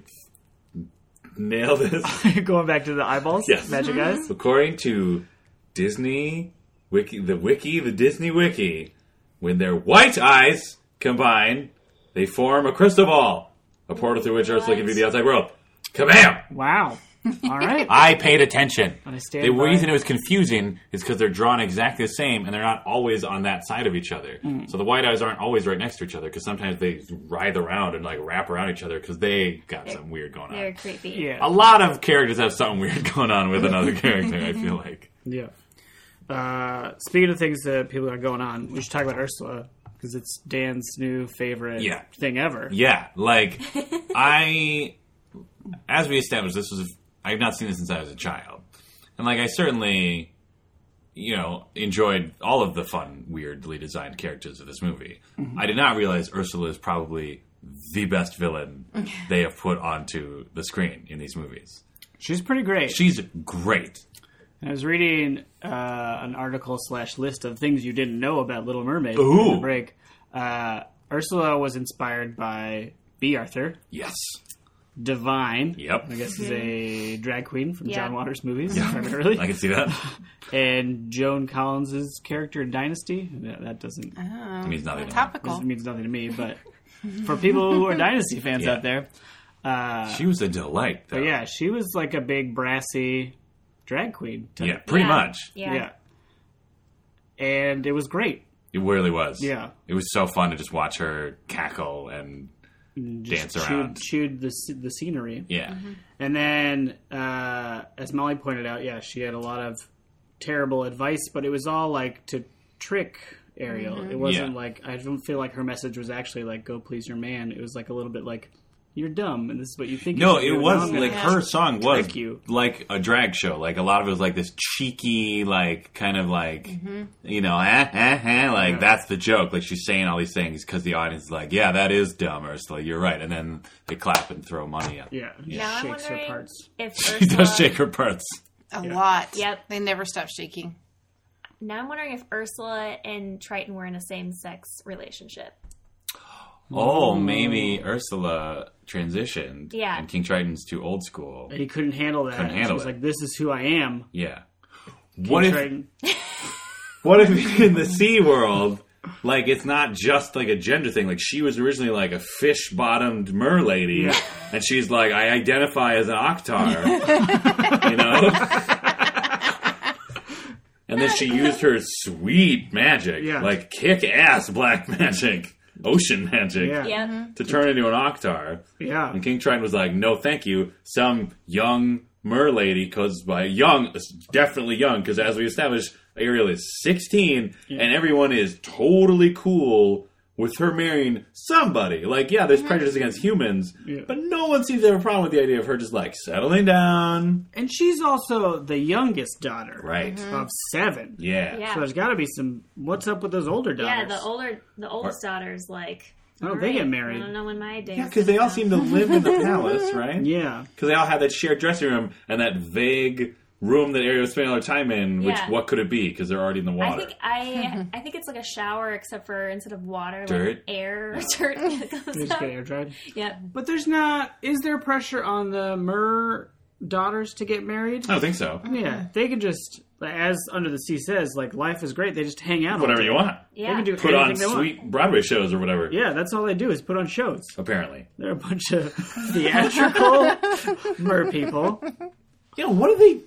nail this, Going back to the eyeballs, Yes. magic eyes. according to Disney Wiki, the Wiki, the Disney Wiki, when their white eyes combine, they form a crystal ball, a portal through which Earth's looking through the outside world. Kabam! Wow. All right. I paid attention. I stand The by- reason it was confusing is because they're drawn exactly the same, and they're not always on that side of each other. So the white eyes aren't always right next to each other because sometimes they writhe around and like wrap around each other because they got something weird going on. They're creepy. Yeah. A lot of characters have something weird going on with another character. I feel like. Yeah. Uh, speaking of things that people got going on, we should talk about Ursula because it's Dan's new favorite Yeah. thing ever. Yeah, like I, as we established, this was I've not seen this since I was a child, and like I certainly, you know, enjoyed all of the fun, weirdly designed characters of this movie. I did not realize Ursula is probably the best villain they have put onto the screen in these movies. She's pretty great. She's great. I was reading uh, an article slash list of things you didn't know about Little Mermaid. Ooh. during the break. Uh, Ursula was inspired by B. Arthur Yes. Divine. Yep. I guess is a drag queen from Mm-hmm. Yeah. John Waters movies primarily, I can see that. and Joan Collins' character in Dynasty. Yeah, that doesn't Oh. I mean, it's not even- It Topical. means nothing to me, but for people who are Dynasty fans Yeah. out there, She was a delight, though. but yeah, she was like a big brassy drag queen. type. Yeah, pretty Yeah. much. Yeah. Yeah. And it was great. It really was. Yeah. It was so fun to just watch her cackle and dance around. Chewed, chewed the, sce- the scenery. Yeah. And then, uh, as Molly pointed out, yeah, she had a lot of terrible advice, but it was all like to trick Ariel. Mm-hmm. It wasn't Yeah. like, I don't feel like her message was actually like, go please your man. It was like a little bit like, you're dumb, and this is what you think. you No, should it do, and now was I'm gonna like her song was trick you. like a drag show. Like a lot of it was like this cheeky, like kind of like you know, eh, eh, eh, like that's the joke. Like she's saying all these things because the audience is like, yeah, that is dumb, Ursula. You're right. And then they clap and throw money up. Yeah, she Now I'm shakes her wondering parts. if She Ursula, does shake her parts. A lot. Yep. They never stop shaking. now I'm wondering if Ursula and Triton were in a same-sex relationship. Oh, Mm-hmm. maybe Ursula transitioned. Yeah. And King Triton's too old school. And he couldn't handle that. Couldn't She handle was it. like, "This is who I am." Yeah. What if Triton. What if in the sea world, like it's not just like a gender thing? Like she was originally like a fish bottomed mer lady, Yeah. and she's like, I identify as an octar, you know. and then she used her sweet magic, Yeah. like kick ass black magic, ocean magic, Yeah. Yeah. to turn into an octar. yeah, And King Triton was like, "No, thank you." Some young mer lady, because by young, definitely young, because as we established, Ariel is sixteen, and everyone is totally cool with her marrying somebody. Like, yeah, Mm-hmm. there's prejudice against humans, Yeah. but no one seems to have a problem with the idea of her just like settling down. And she's also the youngest daughter Right. of seven. Yeah. Mm-hmm. Yeah. So there's got to be some. What's up with those older Yeah, daughters? the older the oldest daughter's like. Oh, "All they get right, married." I don't know when my day. Yeah, because they all seem to live in the palace, right? Yeah. Because they all have that shared dressing room and that vague room that Ariel spent all her time in. Which, Yeah. what could it be? Because they're already in the I water. think I I think it's like a shower except for instead of water, Dirt. like air or dirt They comes just get out. air dried. Yep. But there's not. Is there pressure on the Mer daughters to get married? I don't think so. Mm-hmm. Yeah, they can just, as Under the Sea says, like life is great. They just hang out. all Whatever day. you want. They Yeah. can do Put on anything they sweet Want. Broadway shows or whatever. Yeah, that's all they do is put on shows. Apparently. They're a bunch of theatrical mer people. Yeah. What do they?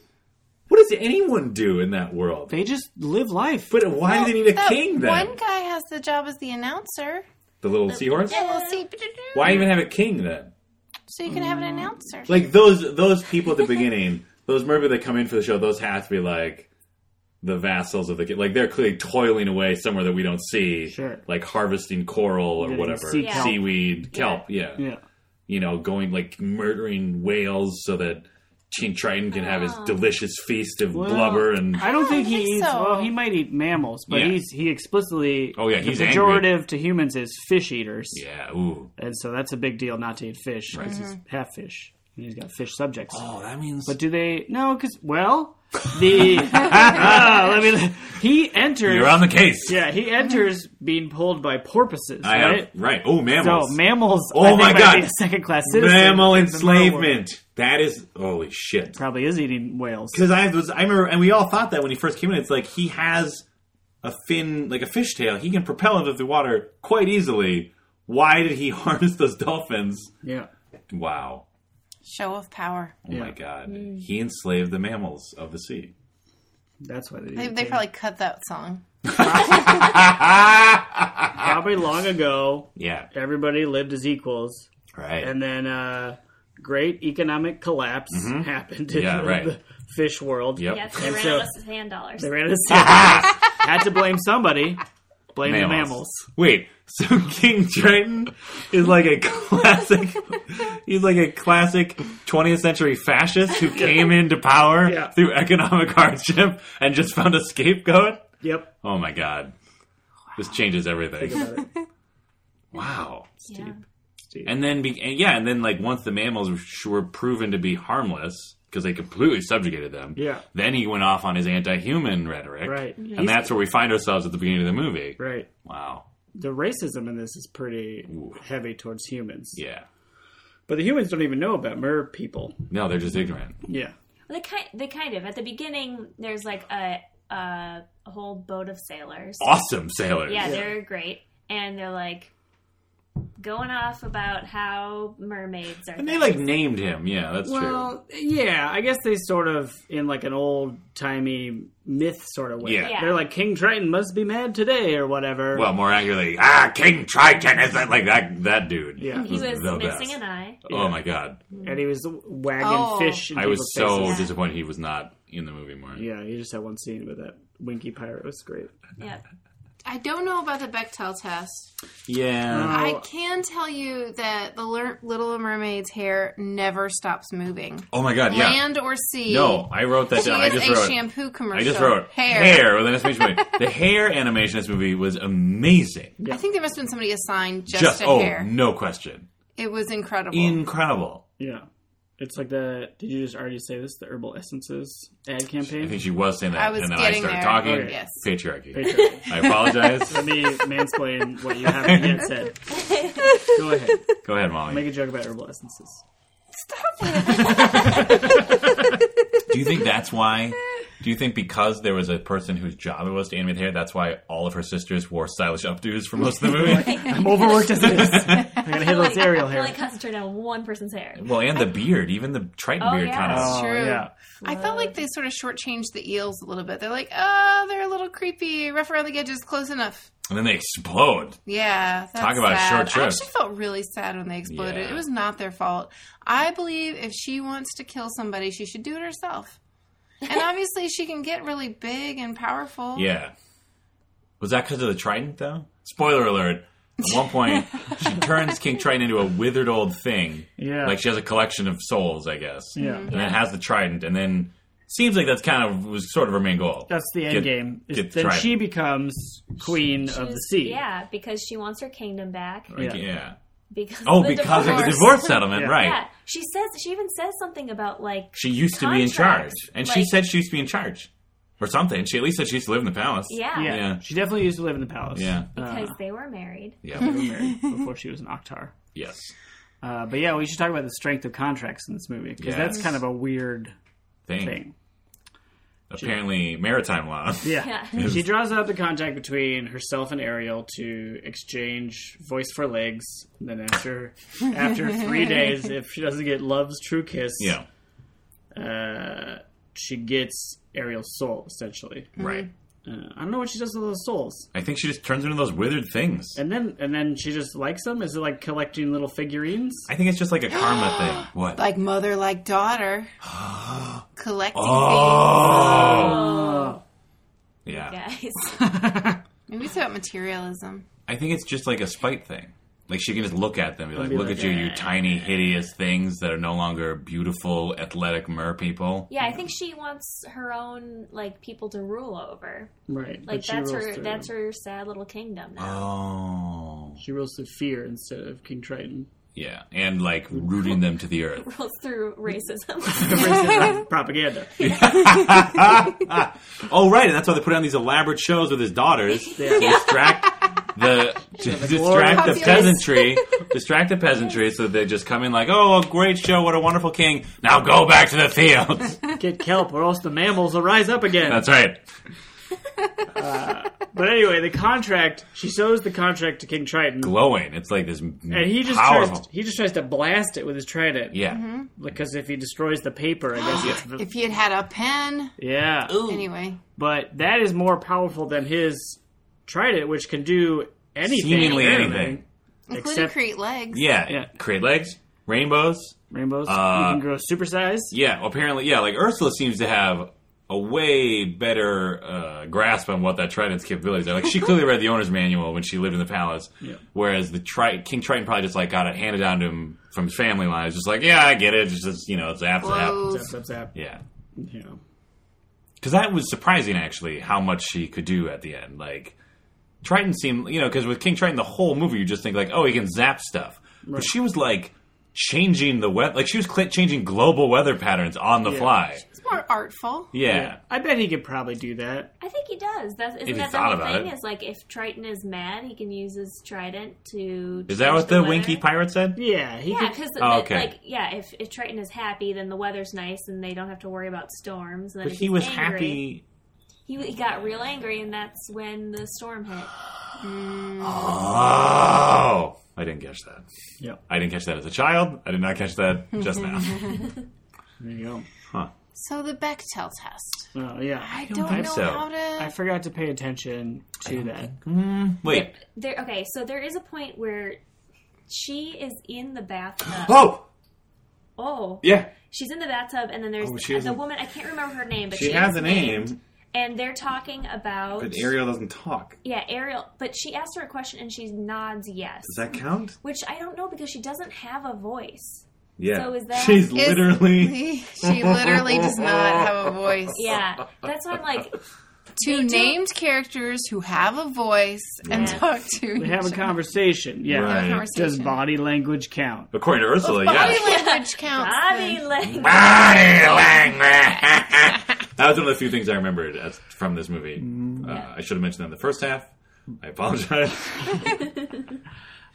What does anyone do in that world? They just live life. But why do they need a Oh, That king then? uh, One guy has the job as the announcer. The little seahorse. Yeah, we'll see. Why even have a king then? So you can have an announcer. Like those those people at the beginning, those mermen that come in for the show, those have to be like the vassals of the king. Like they're clearly toiling away somewhere that we don't see, Sure. like harvesting coral or Getting whatever, sea kelp. seaweed, kelp. Yeah. yeah, you know, going like murdering whales so that King Triton can have his delicious feast of Well, blubber and. I don't I think don't he think eats. so. Well, he might eat mammals, but Yeah. he's he explicitly. Oh, yeah, the he's angry. pejorative to humans is fish eaters, Yeah. Ooh. and so that's a big deal not to eat fish. 'cause He's half fish, and he's got fish subjects. Mm-hmm. Oh, that means. But do they? No, because well, the Ah, let me. He enters. You're on the case. Yeah, he enters being pulled by porpoises, I have, right? right. Oh, So mammals. mammals. Oh I think, my might God. be a second class citizen. Mammal in the real world. enslavement. That is. Holy shit. probably is eating whales. Because I was, I remember, and we all thought that when he first came in, it's like he has a fin, like a fishtail. He can propel him through the water quite easily. Why did he harness those dolphins? Yeah, Wow. Show of power. Oh my Yeah. god. He enslaved the mammals of the sea. that's why they. They, eat they them. probably cut that song. probably long ago. Yeah. Everybody lived as equals, Right. and then uh, great economic collapse happened Mm-hmm. in Yeah, the, right. the fish world. yep. Yes, they And ran so- out of sand dollars. They ran out of sand. Had to blame somebody. Blame the mammals. Wait, so King Triton is like a classic. he's like a classic 20th century fascist who came into power Yeah. through economic hardship and just found a scapegoat. Yep. Oh my god, this changes everything. About it. Wow. yeah. And then, be- and yeah, and then like once the mammals were proven to be harmless because they completely subjugated them. Yeah. Then he went off on his anti-human rhetoric. Right. And that's where we find ourselves at the beginning of the movie. Right. Wow. The racism in this is pretty heavy towards humans. Yeah. But the humans don't even know about mer people. No, they're just ignorant. Yeah. Well, they kind they kind of at the beginning. There's like a a, a whole boat of sailors. Awesome sailors. Yeah, they're great, and they're like going off about how mermaids are. And they like named him. Yeah, that's true. Well, yeah, I guess they sort of in like an old timey myth sort of way. Yeah. Yeah. They're like King Triton must be mad today or whatever. Well, more accurately, ah, King Triton is that like that that dude? Yeah. he was the missing best. an eye. Oh my god, and he was wagging Oh. fish. In I was people's so faces. disappointed he was not in the movie more. Yeah, you just had one scene with that winky pirate. It was great. Yeah, I don't know about the Bechtel test. Yeah. I can tell you that the Lear- Little Mermaid's hair never stops moving, Oh my god. Yeah. land or sea. No, I wrote that she down. I is just a wrote. shampoo commercial. I just wrote hair. Well, then it's me- the hair animation in this movie was amazing. I think there must have been somebody assigned just, Just a oh, hair. no question, It was incredible. incredible. Yeah. It's like the. Did you just already say this? The herbal essences ad I campaign. think she was saying that, I was and then I getting started there. talking. Okay. Yes. Patriarchy. Patriarchy. I apologize. Let me mansplain what you haven't yet said. Go ahead. Go ahead, Molly. Make a joke about herbal essences. Do you think that's why? Do you think because there was a person whose job it was to animate hair, that's why all of her sisters wore stylish updos for most of the movie? I'm overworked as it is. I gotta handle this aerial I hair. only concentrate on one person's hair. well, and the beard, even the Triton Oh, beard yeah. kind Oh, of. true. yeah. I felt like they sort of shortchanged the eels a little bit. They're like, oh, they're a little creepy, rough around the edges, close enough. And then they explode. Yeah, that's Talk about a sad. short trip. I actually felt really sad when they exploded. Yeah. It was not their fault. I believe if she wants to kill somebody, she should do it herself. And obviously, she can get really big and powerful. Yeah. Was that because of the Triton, though? Spoiler alert. At one point, she turns King Triton into a withered old thing. Yeah. Like she has a collection of souls, I guess. Yeah. And then has the trident, and then seems like that's kind of was sort of her main goal. That's the end Get- game. Is get the then trident. she becomes queen of the Choose- sea. Yeah, because she wants her kingdom back. Like, Yeah. yeah. Because Oh, of the because divorce. of the divorce settlement, Yeah. right? Yeah, she says she even says something about like She used to be in charge, Contracts, and she like- said she used to be in charge or something. She at least said she used to live in the palace. yeah, Yeah. Yeah. She definitely used to live in the palace. Yeah. because Uh, they were married. Yeah. they were married before she was an Oktar. yes. Uh, but yeah, we should talk about the strength of contracts in this movie because Yes. that's kind of a weird Thing. thing. Apparently, maritime law. Yeah. Yeah. She draws out the contract between herself and Ariel to exchange voice for legs. And then after after three days, if she doesn't get love's true kiss, Yeah. uh, she gets Ariel's soul essentially. Right. Mm-hmm. Uh, I don't know what she does with those souls. I think she just turns into those withered things. And then and then she just likes them. Is it like collecting little figurines? I think it's just like a karma thing. What? Like mother, like daughter. Collecting oh. Uh, Uh, Yeah. Guys, things. Maybe it's about materialism. I think it's just like a spite thing. Like she can just look at them, and be like, be "Look like, at you, you tiny, hideous things that are no longer beautiful, athletic mer people." yeah, I think she wants her own like people to rule over. Right. but Like she that's rules her through- that's her sad little kingdom now. Oh, She rules through fear instead of King Triton. yeah, and like rooting them to the earth. Rules through racism. Racist propaganda. Oh, right, and that's why they put on these elaborate shows with his daughters to distract the to distract the glorious- peasantry, distract the peasantry, so they just come in like, "Oh, a great show! What a wonderful king! Now go back to the fields." Get kelp, or else the mammals will rise up again. That's right. But anyway, the contract. She shows the contract to King Triton, glowing. It's like this and he just powerful. tries. He just tries to blast it with his trident. yeah. Because if he destroys the paper, I guess. it's the, If he had had a pen. yeah. Anyway. But that is more powerful than his trident, which can do anything. Seemingly apparently. anything. Including Except- create legs. yeah. Yeah. Create legs, rainbows. Rainbows. Uh, you can grow supersize. Yeah. Apparently, yeah. Like Ursula seems to have a way better uh, grasp on what that trident's capabilities are. Like she clearly read the owner's manual when she lived in the palace. Yeah. Whereas the tri- King Triton probably just like got it handed down to him from his family line. It's just like, yeah, I get it. It's just you know, it's apt. Whoa. Zap, zap, zap. Yeah. Yeah. because that was surprising actually how much she could do at the end like triton seemed you know because with king triton the whole movie you just think like oh he can zap stuff but she was like changing the weather like she was cl- changing global weather patterns on the fly It's more artful. yeah. I bet he could probably do that. I think he does. That's isn't you that the thought whole about thing? it. Is like if Triton is mad, he can use his trident to. is that change what the weather? winky pirate said Yeah. He Yeah, could. because Oh, okay. like yeah, if, if Triton is happy, then the weather's nice and they don't have to worry about storms. And then but if he he's was angry- happy He, he got real angry, and that's when the storm hit. oh i didn't catch that Yeah. i didn't catch that as a child i did not catch that just now There you go. huh So the Bechtel test. Oh yeah. I don't, think know so. how to. I forgot to pay attention to that. wait There, okay, so there is a point where she is in the bathtub. oh oh, yeah she's in the bathtub, and then there's Oh, she the, isn't- woman. I can't remember her name, but she she has is a named, name and they're talking about but ariel doesn't talk Yeah, Ariel. But she asked her a question, and she nods yes, does that count which I don't know because she doesn't have a voice. Yeah. So is that- She's It's- literally. she literally does not have a voice. uh, Yeah, that's why I'm like, Two named characters who have a voice and Yeah. talk to We have a each other. conversation. Yeah. Right. conversation. Does body language count? According to Ursula, Body yeah. language counts. body language. Body language. that was one of the few things I remembered as, from this movie. Uh, I should have mentioned that in the first half. I apologize.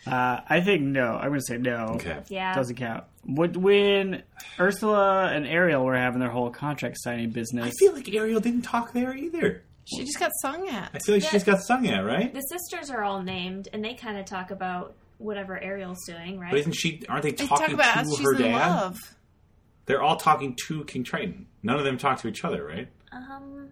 Uh, I think no. I'm going to say no. Okay. Yeah, Doesn't count. What when Ursula and Ariel were having their whole contract signing I business? feel like Ariel didn't talk there either. She just got sung at. I feel like she just got sung at, right? the sisters are all named, and they kind of talk about whatever Ariel's doing, right? But isn't she? Aren't they They talking talk about how to she's her in dad? love. They're all talking to King Triton. None of them talk to each other, right? Um,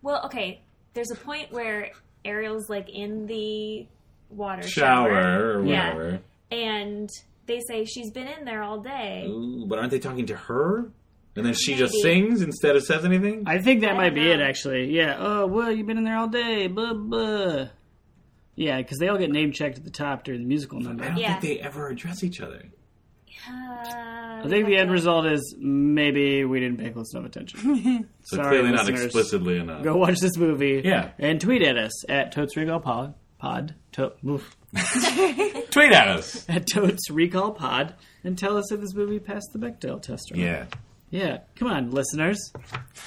well, okay. There's a point where Ariel's like in the water Shower, shower, or Yeah. whatever. and they say she's been in there all day. Ooh, but aren't they talking to her? And then she just Maybe. sings instead of says anything. I think that I might don't be it. know. Actually, yeah. Oh, well, you've been in there all day. Blah blah. Yeah, because they all get name checked at the top during the musical number. I don't Yeah. think they ever address each other. Uh, I think the end result is maybe we didn't pay close enough attention. So Sorry, clearly not listeners. explicitly enough. Go watch this movie. Yeah. And tweet at us at Totes Recall Pod. Pod. To, oof. Tweet at us. at Totes Recall Pod and tell us if this movie passed the Bechdel test or not. Yeah. Yeah. Come on, listeners.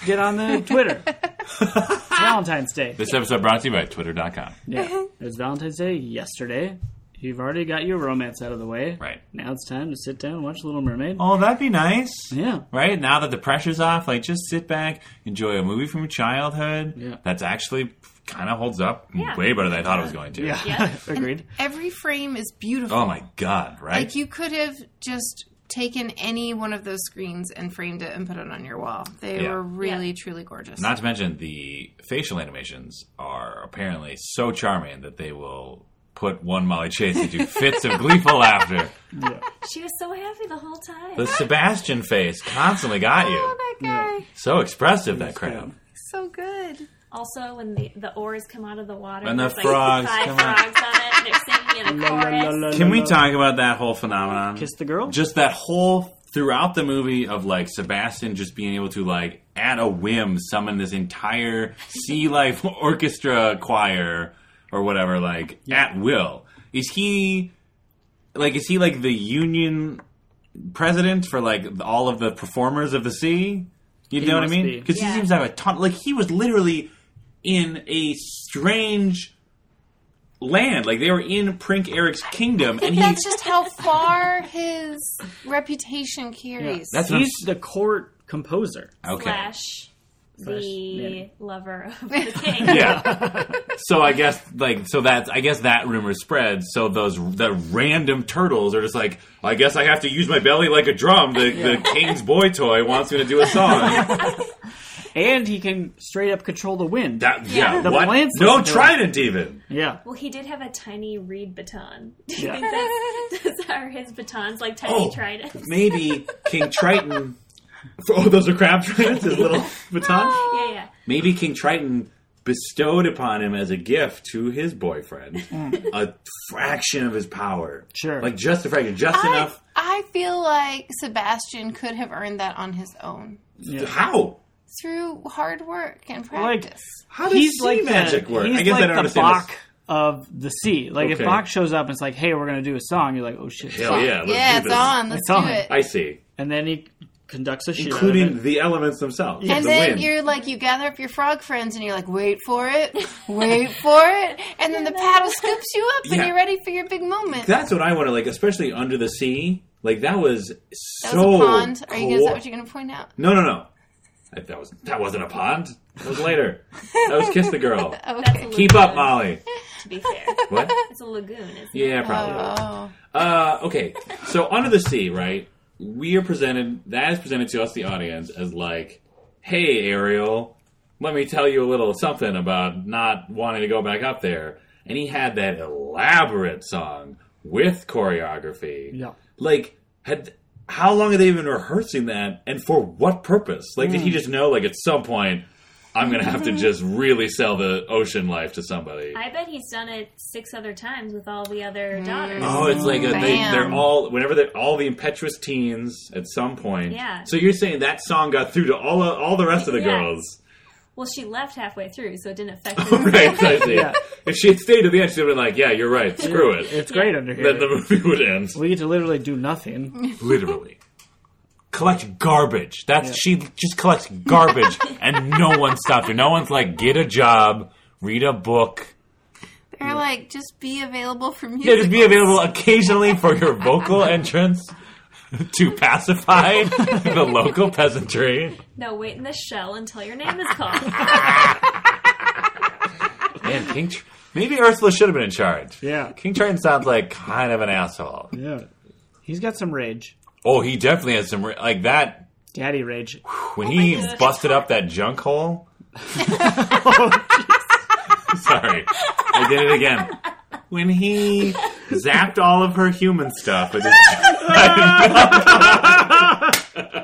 Get on the Twitter. It's Valentine's Day. This episode brought to you by Twitter.com. Yeah. It was Valentine's Day yesterday. You've already got your romance out of the way. Right. Now it's time to sit down and watch Little Mermaid. Oh, that'd be nice. Yeah. Right? Now that the pressure's off, like just sit back, enjoy a movie from your childhood Yeah. that's actually kind of holds up Yeah. way better than I thought it was going to. Yeah. Yeah. Agreed. Every frame is beautiful. Oh my god, right? Like you could have just taken any one of those screens and framed it and put it on your wall. They Yeah. were really, truly gorgeous. Not to mention the facial animations are apparently so charming that they will put one Molly Chase into fits of gleeful laughter. She was so happy the whole time. The Sebastian face constantly got oh, you. that guy, So expressive that crab. so good. Also, when the, the oars come out of the water, And the there's, like, frogs five come out. frogs on it, and they're singing in a La, la, la, chorus. la, Can la, we la. talk about that whole phenomenon? Kiss the girl? Just that whole throughout the movie of like Sebastian just being able to like at a whim summon this entire sea life orchestra choir or whatever like at will. Is he like is he like the union president for like all of the performers of the sea? You know what I must mean? be. Because he Yeah. seems to have a ton. Like he was literally in a strange land. Like they were in Prink Eric's kingdom, and he That's just how far his reputation carries. That's what I'm He's the court composer. okay. Slash Slash the nanny. lover of the king. Yeah. so I guess like so that's I guess that rumor spreads. So those the random turtles are just like I guess I have to use my belly like a drum. The, the king's boy toy wants me to do a song. And he can straight up control the wind. That yeah. The what? plants No listen to trident even. yeah. Well, he did have a tiny reed baton. Do you Yeah. think that's, those are his batons, like tiny Oh, tridents? maybe King Triton. Oh, those are crab tridents. His little baton. Yeah, yeah. Maybe King Triton bestowed upon him as a gift to his boyfriend a fraction of his power. Mm. Sure. Like just a fraction, just I, enough. I feel like Sebastian could have earned that on his own How? through hard work and Like- practice. How does He's sea like magic the, work? He's I guess like I don't the understand Bach this. of the sea. Like Okay. if Bach shows up and it's like, "Hey, we're gonna do a song," you're like, "Oh shit!" Hell yeah, let's yeah, do it's this. on. Let's It's do on. it. I see. And then he conducts a shit, out of Including it. the elements themselves. and the then wind. you're like, you gather up your frog friends, and you're like, wait for it, wait for it, and then the paddle scoops you up, and Yeah. you're ready for your big moment. That's what I want to like, especially under the sea. Like that was that so was a pond. Are you? Gonna, is cool. that what you're going to point out? No, no, no. That- That was that wasn't a pond. That was later. that was kiss the girl. That's a Okay. Keep lagoon, up, Molly. To be fair, What? it's a lagoon. Isn't it? Yeah, probably. Oh, Uh, okay, so under the sea, right? We are presented. That is presented to us, the audience, as like, "Hey, Ariel, let me tell you a little something about not wanting to go back up there." And he had that elaborate song with choreography. Yeah. Like, had how long have they been rehearsing that, and for what purpose? Like, did he just know? Like, at some point, I'm gonna have to just really sell the ocean life to somebody. I bet he's done it six other times with all the other Mm. daughters. Oh, it's like a, they, Bam. they're all whenever they're all the impetuous teens at some point. Yeah. So you're saying that song got through to all uh, all the rest of the Yeah. girls, Well, she left halfway through, so it didn't affect her. right? I see. Yeah. If she had stayed to the end, she'd have been like, "Yeah, you're right. Screw it." It's great under here. Then the movie would end. we get to literally do nothing. Literally, collect garbage. That's she just collects garbage, and no one stops her. No one's like, "Get a job, read a book." they're like, just be available for music. Yeah, just be available occasionally for your vocal entrance to pacify the local peasantry. no, wait in the shell until your name is called. Man, King. Tr- Maybe Ursula should have been in charge. Yeah. King Triton sounds like kind of an asshole. Yeah. He's got some rage, Oh, he definitely has some re- like that daddy rage. when he goodness. busted up that junk hole. Sorry, I did it again. When he zapped all of her human stuff with his.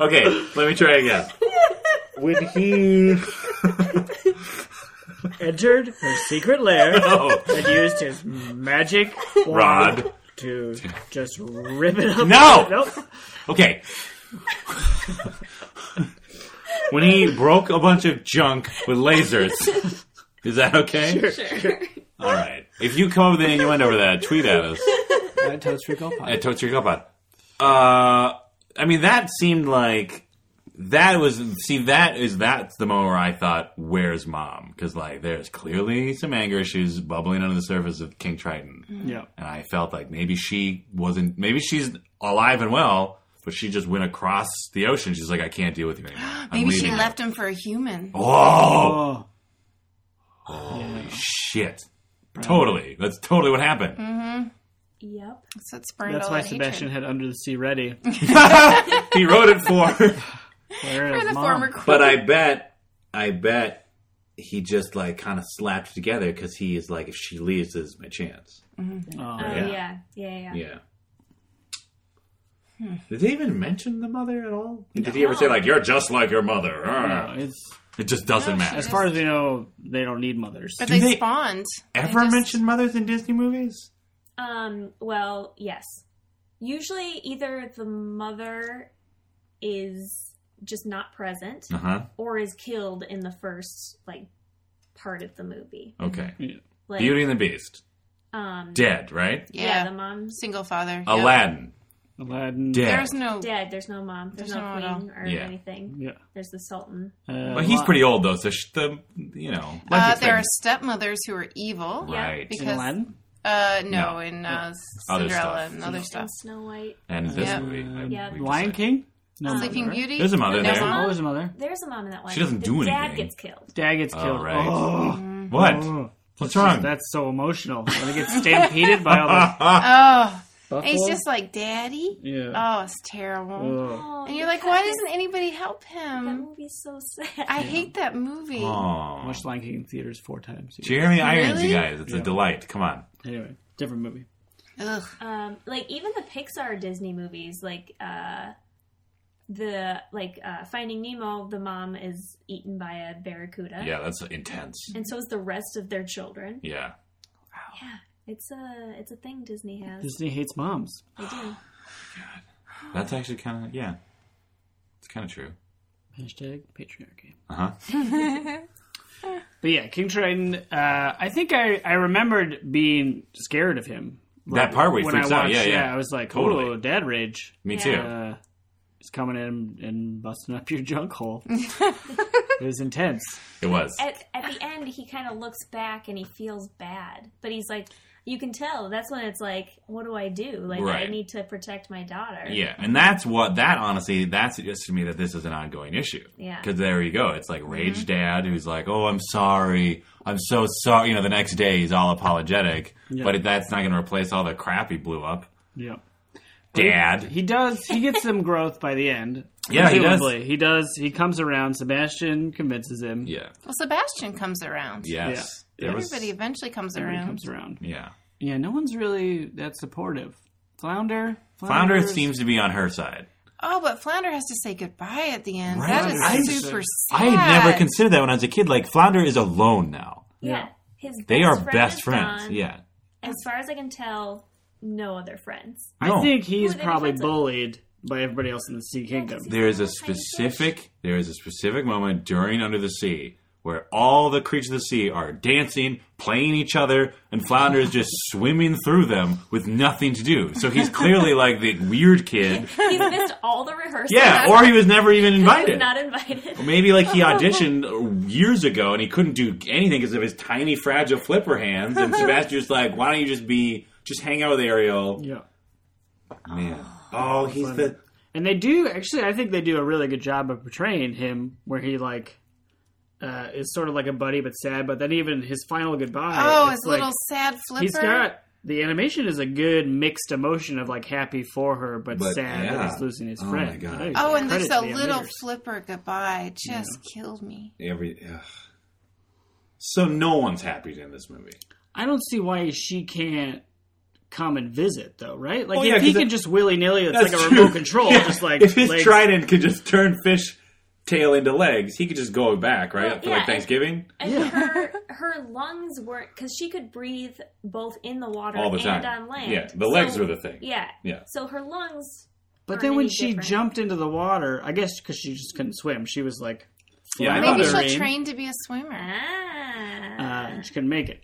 okay, let me try again. When he entered her secret lair No. and used his magic wand Rod. to just rip it up. No! Nope. Okay. when he broke a bunch of junk with lasers. Is that okay? Sure. All right. If you come up with an innuendo over that, tweet at us That toast for Gopal. at Totes Your Cup Pod. Uh, I mean, that seemed like that was see that is that's the moment where I thought, "Where's mom?" Because like, there's clearly some anger issues bubbling under the surface of King Triton. Yeah. and I felt like maybe she wasn't. Maybe she's alive and well, but she just went across the ocean. She's like, I can't deal with you anymore. I'm Maybe she leaving." left him for a human. Oh Oh. shit! Totally. That's totally what happened. Yep. So it spurned That's all why that Sebastian hatred. had Under the Sea ready. Mm. he wrote it for. Where Or is the mom? former But I bet, I bet he just like kind of slapped it together because he is like, if she leaves, this is my chance. Oh. Oh, Yeah. yeah. Yeah. Yeah. Yeah. Hmm. Did they even mention the mother at all? Did he ever say like, "You're just like your mother"? No, Arr. it's, It just doesn't matter. as far as we know, they don't need mothers. But Do they, they spawned. They ever just- mention mothers in Disney movies? Um. Well, yes. Usually, either the mother is just not present, Uh huh. or is killed in the first like part of the movie. Okay. Yeah. Like, Beauty and the Beast, Um. dead, right? Yeah. Yeah, The mom's single father. yeah. Aladdin, Aladdin. dead. There's no. uh, dead. There's no mom. There's, There's no, no one queen or Yeah. anything. Yeah. There's the sultan. Uh, but he's Ala- pretty old though, so sh- the you know. Uh, life there are expectancy- stepmothers who are evil. Yeah. right, In Because Aladdin? uh, no, No. in uh, Cinderella Other stuff. and other And stuff. Snow White. and this Yeah. movie, I- Yeah. we Lion decided. King? No. Sleeping mother. Beauty. There's a mother No there. mom. Always a mother. There's a mom in that one. She doesn't the do Dad anything. gets killed. Dad gets Oh, killed. right. Oh. What? Oh. What's wrong? That's so emotional. When it gets stampeded by all the Oh, buffalo. he's just like daddy. yeah. Oh, it's terrible. Ugh. And you're like, why doesn't anybody help Oh, that him? movie's so sad? I hate that movie. Aw. I watched Lion King in theaters four times. Jeremy Irons, Really? you guys, it's a Yeah. delight. Come on. Anyway, different movie. Ugh. um, like even the Pixar Disney movies, like uh, the like uh, Finding Nemo, the mom is eaten by a barracuda, Yeah, that's intense. and so is the rest of their children. Yeah. Yeah, it's a it's a thing Disney has. Disney hates moms. They do. That's actually kind of yeah. It's kind of true. Hashtag patriarchy. Uh huh. But yeah, King Triton. Uh, I think I, I remembered being scared of him. That part where he when freaks I out, watched- yeah, yeah. I was like, Totally. "Oh, dad rage." Me Yeah. too. Uh, he's coming in and busting up your junk hole. it was intense. it was. At at the end, he kind of looks back and he feels bad, but he's like, you can tell. That's when it's like, what do I do? Like I Right. need to protect my daughter. Yeah, and that's what that honestly that suggests to me that this is an ongoing issue. Yeah. because there you go. It's like rage Mm-hmm. dad who's like, "Oh, I'm sorry, I'm so sorry." You know, the next day he's all apologetic, Yeah. but that's not going to replace all the crap he blew up. Yeah. Dad, He does. He gets some growth by the end. Yeah, he does. Presumably. He does. He comes around. Sebastian convinces him. yeah, Well, Sebastian comes around. yes, There was- Everybody eventually comes He around. comes around. yeah. Yeah, no one's really that supportive. Flounder. Flounder Flounder's- seems to be on her side. Oh, but Flounder has to say goodbye at the end. Right. That is I just- super sad. I had never considered that when I was a kid. Like Flounder is alone now; yeah. His they are friend best is friends. gone. Yeah, As far as I can tell, no other friends. I No. think he's Who they probably defensive? bullied by everybody else in the Sea Kingdom. 'cause he's- there is a Tiny fish. specific there is a specific moment during Under the Sea where all the creatures of the sea are dancing, playing each other, and Flounder is just swimming through them with nothing to do. So he's clearly like the weird kid. He's missed all the rehearsals. Yeah, or he was never even He was invited. Oh, not invited. Maybe like he auditioned years ago and he couldn't do anything because of his tiny, fragile flipper hands. And Sebastian's like, "Why don't you just be, just hang out with Ariel?" Yeah. Man, oh, he's the And they do actually I think they do a really good job of portraying him where he like uh, is sort of like a buddy but sad, but then even his final goodbye. Oh, it's his like, little sad flipper. He's got the animation is a good mixed emotion of like happy for her but, But, sad yeah. that he's losing his Oh, friend. my God. I think oh, and credit there's to a the little animators. flipper goodbye. It Just killed me. every. Ugh. So no one's happy in this movie. I don't see why she can't come and visit though, right? Like Oh, if yeah, he 'cause can it- just willy nilly, it's That's like a true. remote control, Yeah. just like if his legs- trident could just turn fish tail into legs, he could just go back, right? Well, For yeah, like and- Thanksgiving? And Yeah. her her lungs weren't because she could breathe both in the water All the and time. on land. Yeah, the legs were the thing. Yeah, Yeah. So her lungs. But aren't then when any she different. jumped into the water, I guess because she just couldn't swim, she was like, Yeah, I thought Maybe it- Fluttering. she'll train to be a swimmer. Ah. uh, she couldn't make it.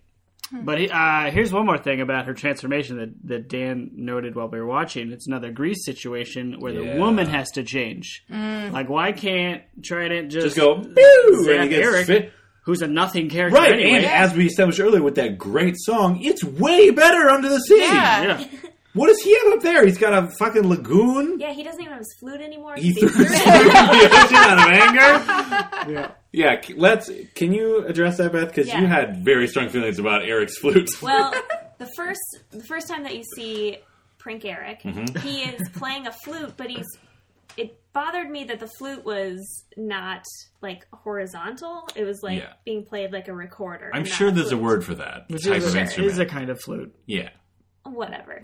Hmm. But he- uh, here's one more thing about her transformation that, that Dan noted while we were watching. It's another Grease situation where the Yeah. woman has to change. Mm. Like, why can't Trident just, Just go, boo! Zach And he gets Eric, fit. who's a nothing character Right, anyway? and as we established earlier with that great song, it's way better under the sea. Yeah. yeah. What does he have up there? He's got a fucking lagoon. yeah, he doesn't even have his flute anymore. He He's threw the through- ocean out of anger. yeah. Yeah, c- let's. Can you address that, Beth? Because you Yeah. had very strong feelings about Eric's flute. well, the first the first time that you see Prink Eric, Mm-hmm. he is playing a flute, but he's it bothered me that the flute was not like horizontal. It was like Yeah. being played like a recorder. I'm not sure there's a flute. word for that Which type is of a, instrument. is a kind of flute. yeah, Whatever.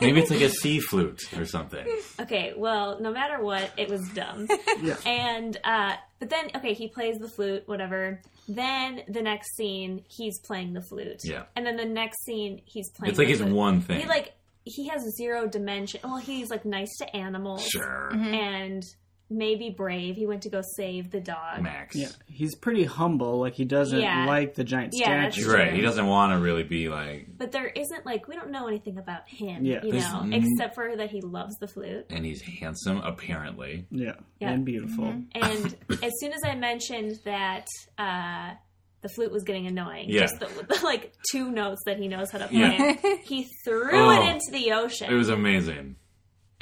maybe it's like a sea flute or something. Okay, well, no matter what, it was dumb. Yeah. And uh but then okay, he plays the flute, whatever. Then the next scene, he's playing the flute. Yeah. And then the next scene, he's playing. It's like the his flute. one thing. He like he has zero dimension. Well, he's like nice to animals sure, Mm-hmm. and maybe brave. He went to go save the dog. Max. Yeah. He's pretty humble. Like, he doesn't Yeah. like the giant Yeah, that's statue. You're right. He doesn't want to really be like, But there isn't like we don't know anything about him, Yeah. you There's know, n- except for that he loves the flute. and he's handsome apparently. Yeah. Yeah. Mm-hmm. And beautiful. And as soon as I mentioned that uh, the flute was getting annoying, Yeah. just the, the, like two notes that he knows how to play, Yeah. he threw Oh. it into the ocean. It was amazing.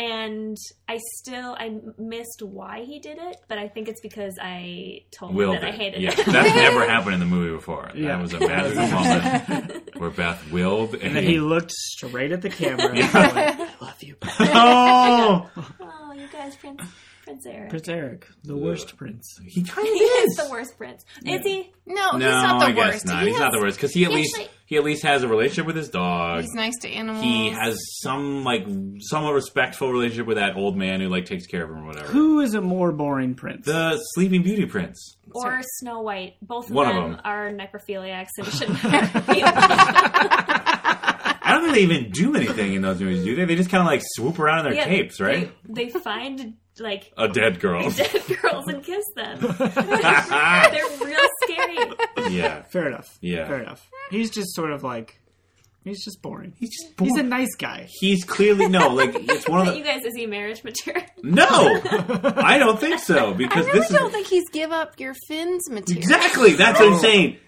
and I still I missed why he did it, but I think it's because I told him Willed that I it. hated Yeah, it. that's never happened in the movie before. Yeah. That was a magical moment where Beth willed and, And then he looked straight at the camera and was like, I love you, oh, oh, you guys, Prince Prince Eric. Prince Eric, the worst prince. he kind of he is is. the worst prince. Is he? No, he's No, not the I guess worst. not. He he's has- not the worst because he at he least actually- he at least has a relationship with his dog. He's nice to animals. he has some like somewhat respectful relationship with that old man who like takes care of him or whatever. Who is a more boring prince? The Sleeping Beauty Prince. Or Snow White. Both of One of them, them. are necrophiliacs and should never be allowed. I don't think they even do anything in those movies, do they? They just kind of like swoop around in their Yeah, capes, right? They, they find like A dead girl. dead girls and kiss them. yeah, They're real scary. Fair enough. Yeah. Fair enough. He's just sort of like, he's just boring. He's, just a nice guy. He's clearly no, like it's one of you the guys, is he marriage material? Mm. no. I don't think so I because really this is don't think he's give up your fins material. exactly that's what I'm saying.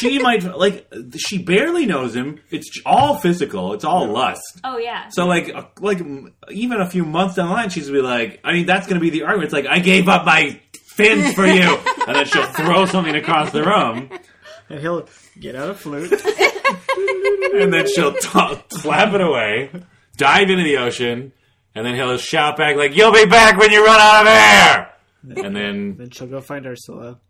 She might like she barely knows him. It's all physical. It's all lust. Oh yeah. So like a- like m- even a few months down the line, she's gonna be like, I mean, that's gonna be the argument. It's like I gave up my fins for you, and then she'll throw something across the room, And he'll get out a flute. and then she'll t- slap it away, dive into the ocean, and then he'll shout back like, "You'll be back when you run out of air." And then, then she'll go find Ursula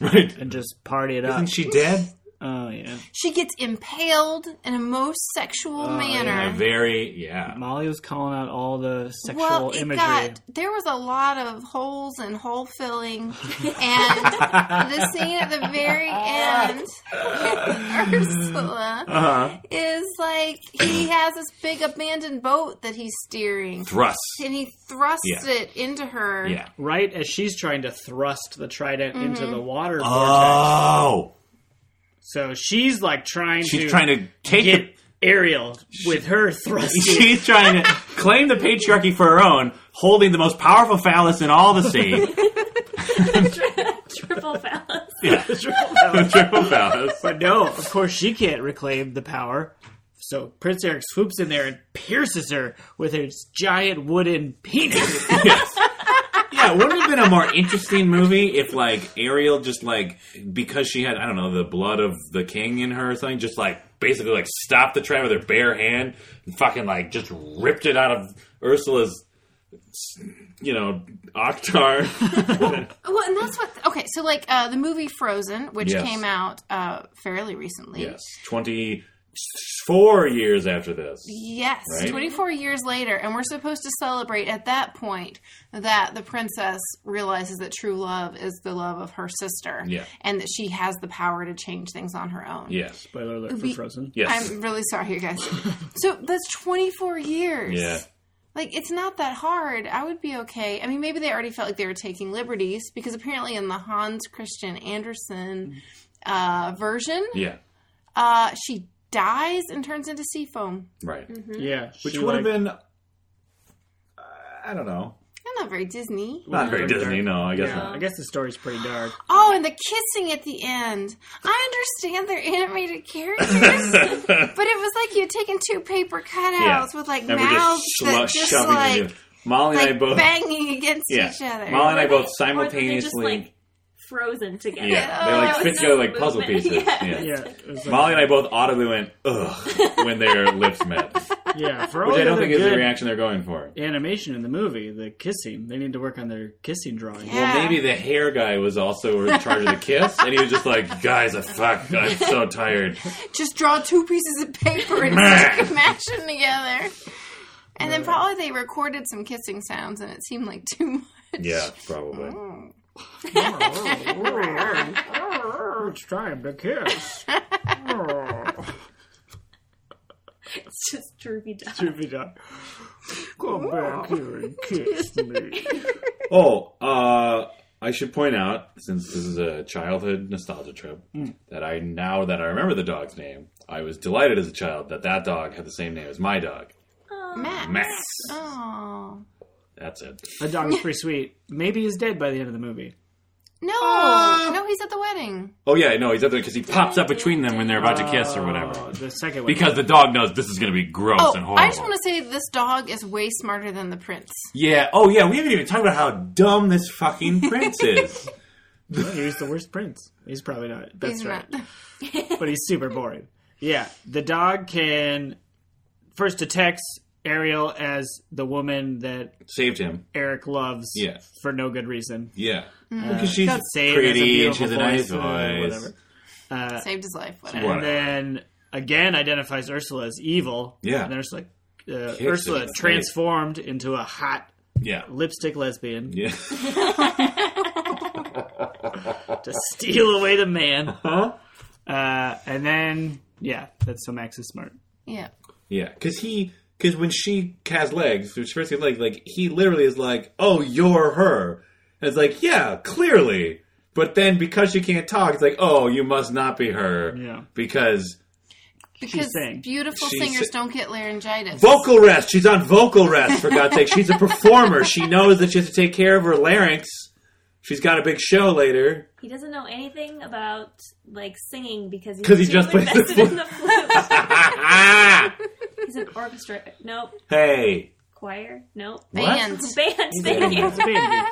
right? and just party it up. Isn't she dead? oh, yeah. She gets impaled in a most sexual Oh, A manner. very yeah. Molly was calling out all the sexual Well, it imagery. got there was a lot of holes and hole filling, and the scene at the very end, Ursula Uh-huh. is like he has this big abandoned boat that he's steering, Thrust. and he thrusts Yeah. it into her. Yeah. Right as she's trying to thrust the trident Mm-hmm. into the water. vortex. Oh, So she's like trying she's to trying to take the get Ariel with her thrusting. She's trying to claim the patriarchy for her own, holding the most powerful phallus in all the sea. Triple phallus. Yeah. The triple phallus. But no, of course she can't reclaim the power. So Prince Eric swoops in there and pierces her with his giant wooden penis. Yes. Yeah, wouldn't it have been a more interesting movie if, like, Ariel just, like, because she had, I don't know, the blood of the king in her or something, just, like, basically, like, stopped the tram with her bare hand and fucking, like, just ripped it out of Ursula's, you know, octar. Well, and that's what. Okay, so like uh, the movie Frozen, which Yes. came out uh, fairly recently. yes. 20. four years after this. Yes, Right? 24 years later, and we're supposed to celebrate at that point that the princess realizes that true love is the love of her sister, Yeah. and that she has the power to change things on her own. Yes. Spoiler alert for We- Frozen. Yes. I'm really sorry, you guys. so that's 24 years. yeah. Like, it's not that hard. I would be okay. I mean, maybe they already felt like they were taking liberties because apparently in the Hans Christian Andersen uh, version, Yeah. uh, she dies and turns into sea foam. Right. Yeah, Which she, would have like- been, uh, I don't know, I'm not very Disney. not very Dark. Disney. No, I guess Yeah, not. I guess the story's pretty dark. Oh, and the kissing at the end. I understand they're animated characters, but it was like you'd taken two paper cutouts with like and mouths we're that just, just shlu- shoving like, it in. Molly like and I both. banging against Yeah. each other. Molly and I Were they- both simultaneously. Or were they just, like, frozen together. yeah, Oh, they like that fit was together no like puzzle movement. pieces. Yeah. Yeah. Yeah, it was like- Molly and I both audibly went ugh when their lips met, Oh, which Yeah, for all I the don't other think is the good reaction they're going for. animation in the movie, the kissing. They need to work on their kissing drawing. Yeah. Well, maybe the hair guy was also in charge of the kiss, and he was just like, "Guys, I fuck, I'm so tired." Just draw two pieces of paper and just mash them together. And Uh. then probably they recorded some kissing sounds, and it seemed like too much. Yeah, probably. It's time to kiss. It's just droopy dog. Jupiter, Come back here and kiss me. Oh, uh, I should point out, since this is a childhood nostalgia trip, Hmm. that I now that I remember the dog's name, I was delighted as a child that that dog had the same name as my dog, Max. Max. Oh. That's it. That dog was pretty sweet. Maybe he's dead by the end of the movie. No, Uh. no, he's at the wedding. Oh yeah, no, he's up there because he pops up between them when they're about to kiss or whatever. Oh, the second one. Because the dog knows this is going to be gross Oh, and horrible. I just want to say this dog is way smarter than the prince. Yeah. Oh yeah, we haven't even talked about how dumb this fucking prince is. No, he's the worst prince. He's probably not. That's He's right. not. But he's super boring. Yeah, the dog can first detects Ariel as the woman that Saved him. Eric loves Yeah. for no good reason. Yeah. Hmm. because she's Don't say it has a pretty and beautiful she has a nice voice or voice. whatever. Saved his life. Whatever. What? and then again identifies Ursula as evil. Yeah. and there's like uh, Kicks it in Ursula the transformed into a hot Yeah. lipstick lesbian Yeah. to steal away the man. Huh? Uh, and then yeah, that's so Max is smart. Yeah. Yeah, because he, because when she has legs, which first he like, like he literally is like, "Oh, you're her," and it's like, yeah, clearly. But then because she can't talk, it's like, "Oh, you must not be her," Yeah. because Because sang. beautiful She singers sa- don't get laryngitis. vocal rest. She's on vocal rest for God's sake. She's a performer. She knows that she has to take care of her larynx. She's got a big show later. He doesn't know anything about like singing because he's 'Cause he too just plays the invested in the flute. Ah! he's an orchestra. Nope. Hey. Choir. Nope. What? Band. Band. Thank you. It's a baby.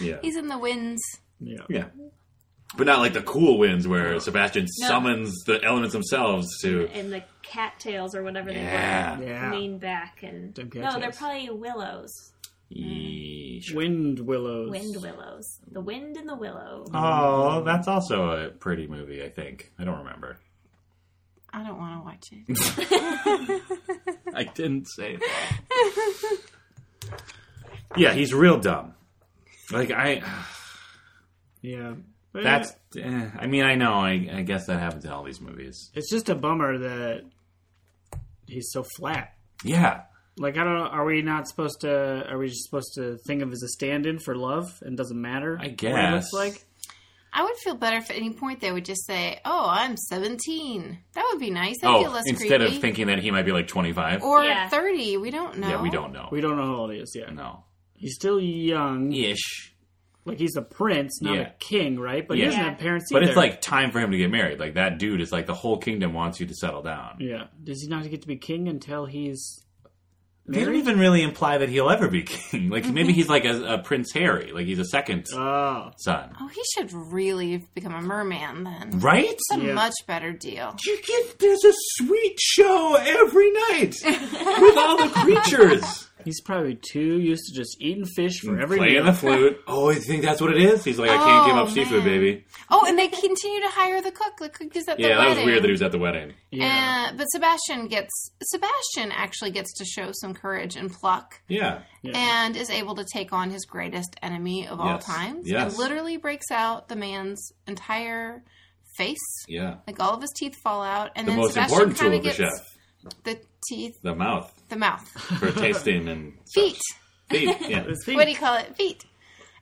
Yeah. He's in the winds. Yeah. Yeah. But not like the cool winds where Sebastian summons the elements themselves to. And the cattails or whatever Yeah. they were. Yeah. Lean back and Them no, they're cattails. probably willows. Yeesh. Wind willows. Wind willows. The wind and the willow. Oh, that's also a pretty movie, I think. I don't remember. I don't want to watch it. I didn't say that. yeah, he's real dumb. Like, I. Yeah. But That's. eh, I mean, I know. I, I guess that happens in all these movies. it's just a bummer that he's so flat. Yeah. Like I don't know, are we not supposed to? Are we just supposed to think of as a stand-in for love and doesn't matter? I what he looks guess. like. I would feel better if at any point they would just say, "Oh, I'm 17." That would be nice. That'd be Oh, less instead creepy. Oh, of thinking that he might be like 25. or Yeah. 30. We don't know. Yeah, we don't know. We don't know how old he is yet. No. He's still young. Ish. Like he's a prince, not Yeah. a king, right? But Yeah. he doesn't have parents But either. it's like time for him to get married. Like that dude is like the whole kingdom wants you to settle down. yeah. Does he not get to be king until he's? They don't even really imply that he'll ever be king. Like maybe Mm-hmm. he's like a, a Prince Harry. Like he's a second Oh, son, Oh, he should really become a merman then. right? That's a Yeah. much better deal. You get there's a sweet show every night with all the creatures. He's probably too used to just eating fish for every Playing meal. the flute. Oh, I think that's what it is. He's like, I can't give Oh, up seafood, man. baby. Oh, and they continue to hire the cook. The cook is at the Yeah, that wedding. was weird that he was at the wedding. yeah. Uh, but Sebastian gets Sebastian actually gets to show some courage and pluck, Yeah. and is able to take on his greatest enemy of all Yes. times. Yes. And literally breaks out the man's entire face, Yeah. like all of his teeth fall out, and The then most Sebastian important tool kind of of the gets chef, the teeth, the mouth, the mouth, for tasting and feet. feet. Yeah. His feet. What do you call it? Feet.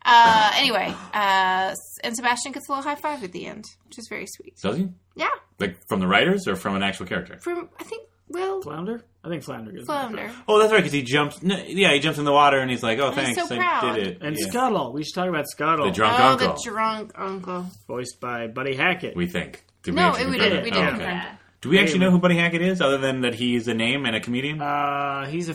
Uh, anyway, uh, and Sebastian gets a little high five at the end, which is very sweet. Does he? Yeah, Like from the writers or from an actual character? from I think well, Flounder? I think Flounder is. Flounder. Oh, that's right. Because he jumps. No, yeah, he jumps in the water and he's like, "Oh, thanks, so I proud. did it." And yeah. Scuttle. We should talk about Scuttle. the drunk oh, uncle. the drunk uncle. voiced by Buddy Hackett. we think. Did No, actually it- we confirm didn't. it? We Oh, didn't okay. confirm Yeah. Do we actually Maybe. know who Buddy Hackett is, other than that he's a name and a comedian? Uh, he's a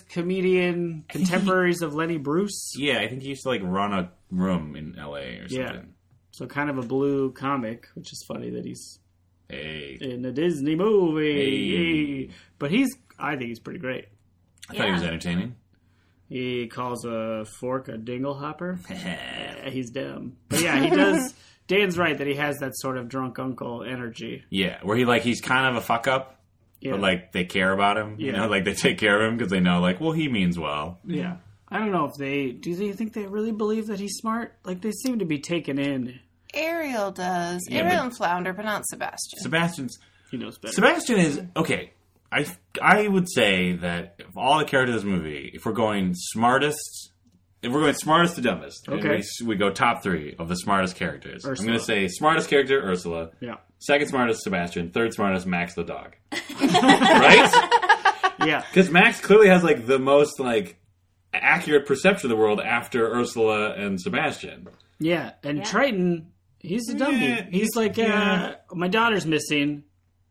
comedian, contemporaries of Lenny Bruce. yeah, I think he used to like run a room in L.A. or something. Yeah. So kind of a blue comic, which is funny that he's Hey, in a Disney movie. Hey. But he's, I think he's pretty great. I thought he was Yeah. entertaining. He calls a fork a dingle hopper. he's dumb. But yeah, he does. Dan's right that he has that sort of drunk uncle energy. yeah, where he like he's kind of a fuck up, Yeah. but like they care about him. You Yeah. know, like they take care of him because they know, like, well, he means well. yeah. I don't know if they do. They think they really believe that he's smart. Like they seem to be taken in. Ariel does. Yeah, Ariel but- and Flounder, but not Sebastian. Sebastian's He knows better. Sebastian is okay. I I would say that of all the characters in this movie, if we're going smartest, if we're going smartest to dumbest, and Okay. we, s- we go top three of the smartest characters. I'm Ursula. going to say smartest character Ursula, yeah. second smartest Sebastian, third smartest Max the dog, right? Yeah. Because Max clearly has like the most like accurate perception of the world after Ursula and Sebastian. Yeah, and Yeah. Triton, he's a donkey. Yeah, he's like, yeah. uh, my daughter's missing.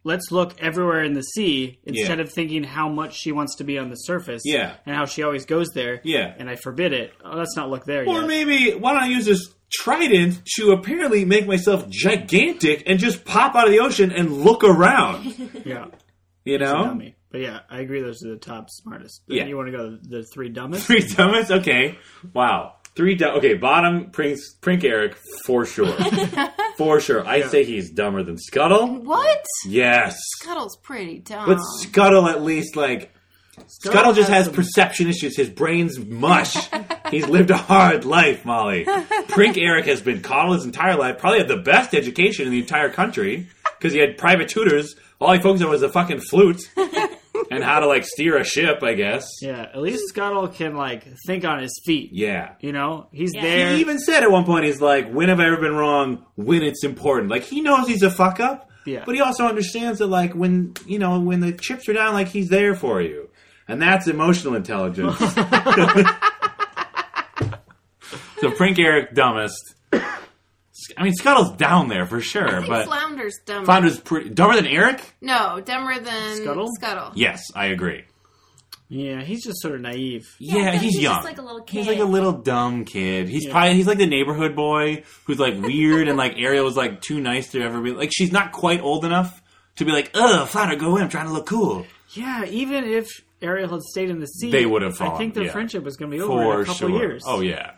Let's look everywhere in the sea instead Yeah. of thinking how much she wants to be on the surface. Yeah. and how she always goes there. Yeah. and I forbid it. Oh, let's not look there Or yet. maybe why don't I use this trident to apparently make myself gigantic and just pop out of the ocean and look around? Yeah, You know, dummy. But yeah, I agree. Those are the top smartest. Yeah. you want to go the three dumbest? three dumbest. Okay, wow, three dumb. Okay, bottom Prince Prink Eric for sure, for sure. I say he's dumber than Scuttle. what? Yes, Scuttle's pretty dumb. but Scuttle at least like Um, Scuttle just has perception issues. His brain's mush. He's lived a hard life, Molly. Prink Eric has been coddled his entire life. Probably had the best education in the entire country because he had private tutors. All he focused on was the fucking flute and how to like steer a ship, I guess. yeah. At least Scuttle can like think on his feet. Yeah. You know, he's Yeah. there. He even said at one point, he's like, when have I ever been wrong? When it's important. Like, he knows he's a fuck up, Yeah. but he also understands that, like, when, you know, when the chips are down, like, he's there for you. And that's emotional intelligence. so, Prink Eric, dumbest. I mean, Scuttle's down there for sure, I think but Flounder's dumb. Flounder's pretty, dumber than Eric? no, dumber than Scuttle? Scuttle. Yes, I agree. yeah, he's just sort of naive. Yeah, I feel like he's, he's young. just like a little He's kid. like a little dumb kid. He's probably he's like the neighborhood boy who's like weird and like Ariel was like too nice to ever be like she's not quite old enough to be like, ugh, Flounder, go in, I'm trying to look cool. Yeah, even if Ariel had stayed in the sea, They would have I fallen, think their yeah. friendship was going to be over in For a couple sure. years. Oh yeah.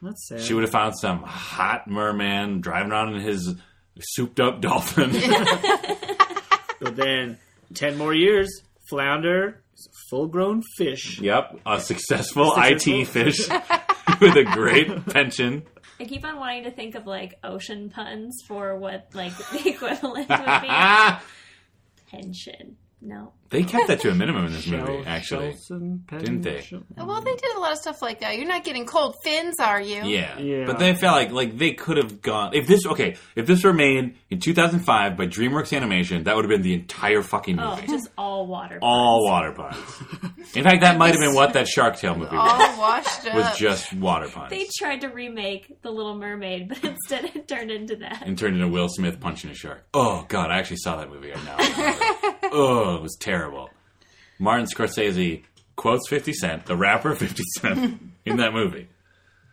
that's sad. She would have found some hot merman driving around in his souped up dolphin. But then ten more years, flounder, is a full-grown fish. yep. A successful, IT Successful. fish with a great pension. I keep on wanting to think of like ocean puns for what like the equivalent would be. Ah, Pension. No. they kept that to a minimum in this movie, Shel- actually. Shelson, Pen- Didn't they? Shel- Well, they did a lot of stuff like that. You're not getting cold fins, are you? Yeah. Yeah. But they felt like like they could have gone if this okay, if this were made in 2005 by DreamWorks Animation, that would have been the entire fucking Oh, movie. just all water. All water puns. In fact, that might have been what that Shark Tale movie was. All washed up. Was just water puns. They tried to remake The Little Mermaid, but instead it turned into that. and turned into Will Smith punching a shark. Oh god, I actually saw that movie right now. oh, it was terrible. Martin Scorsese quotes 50 Cent, the rapper 50 Cent in that movie.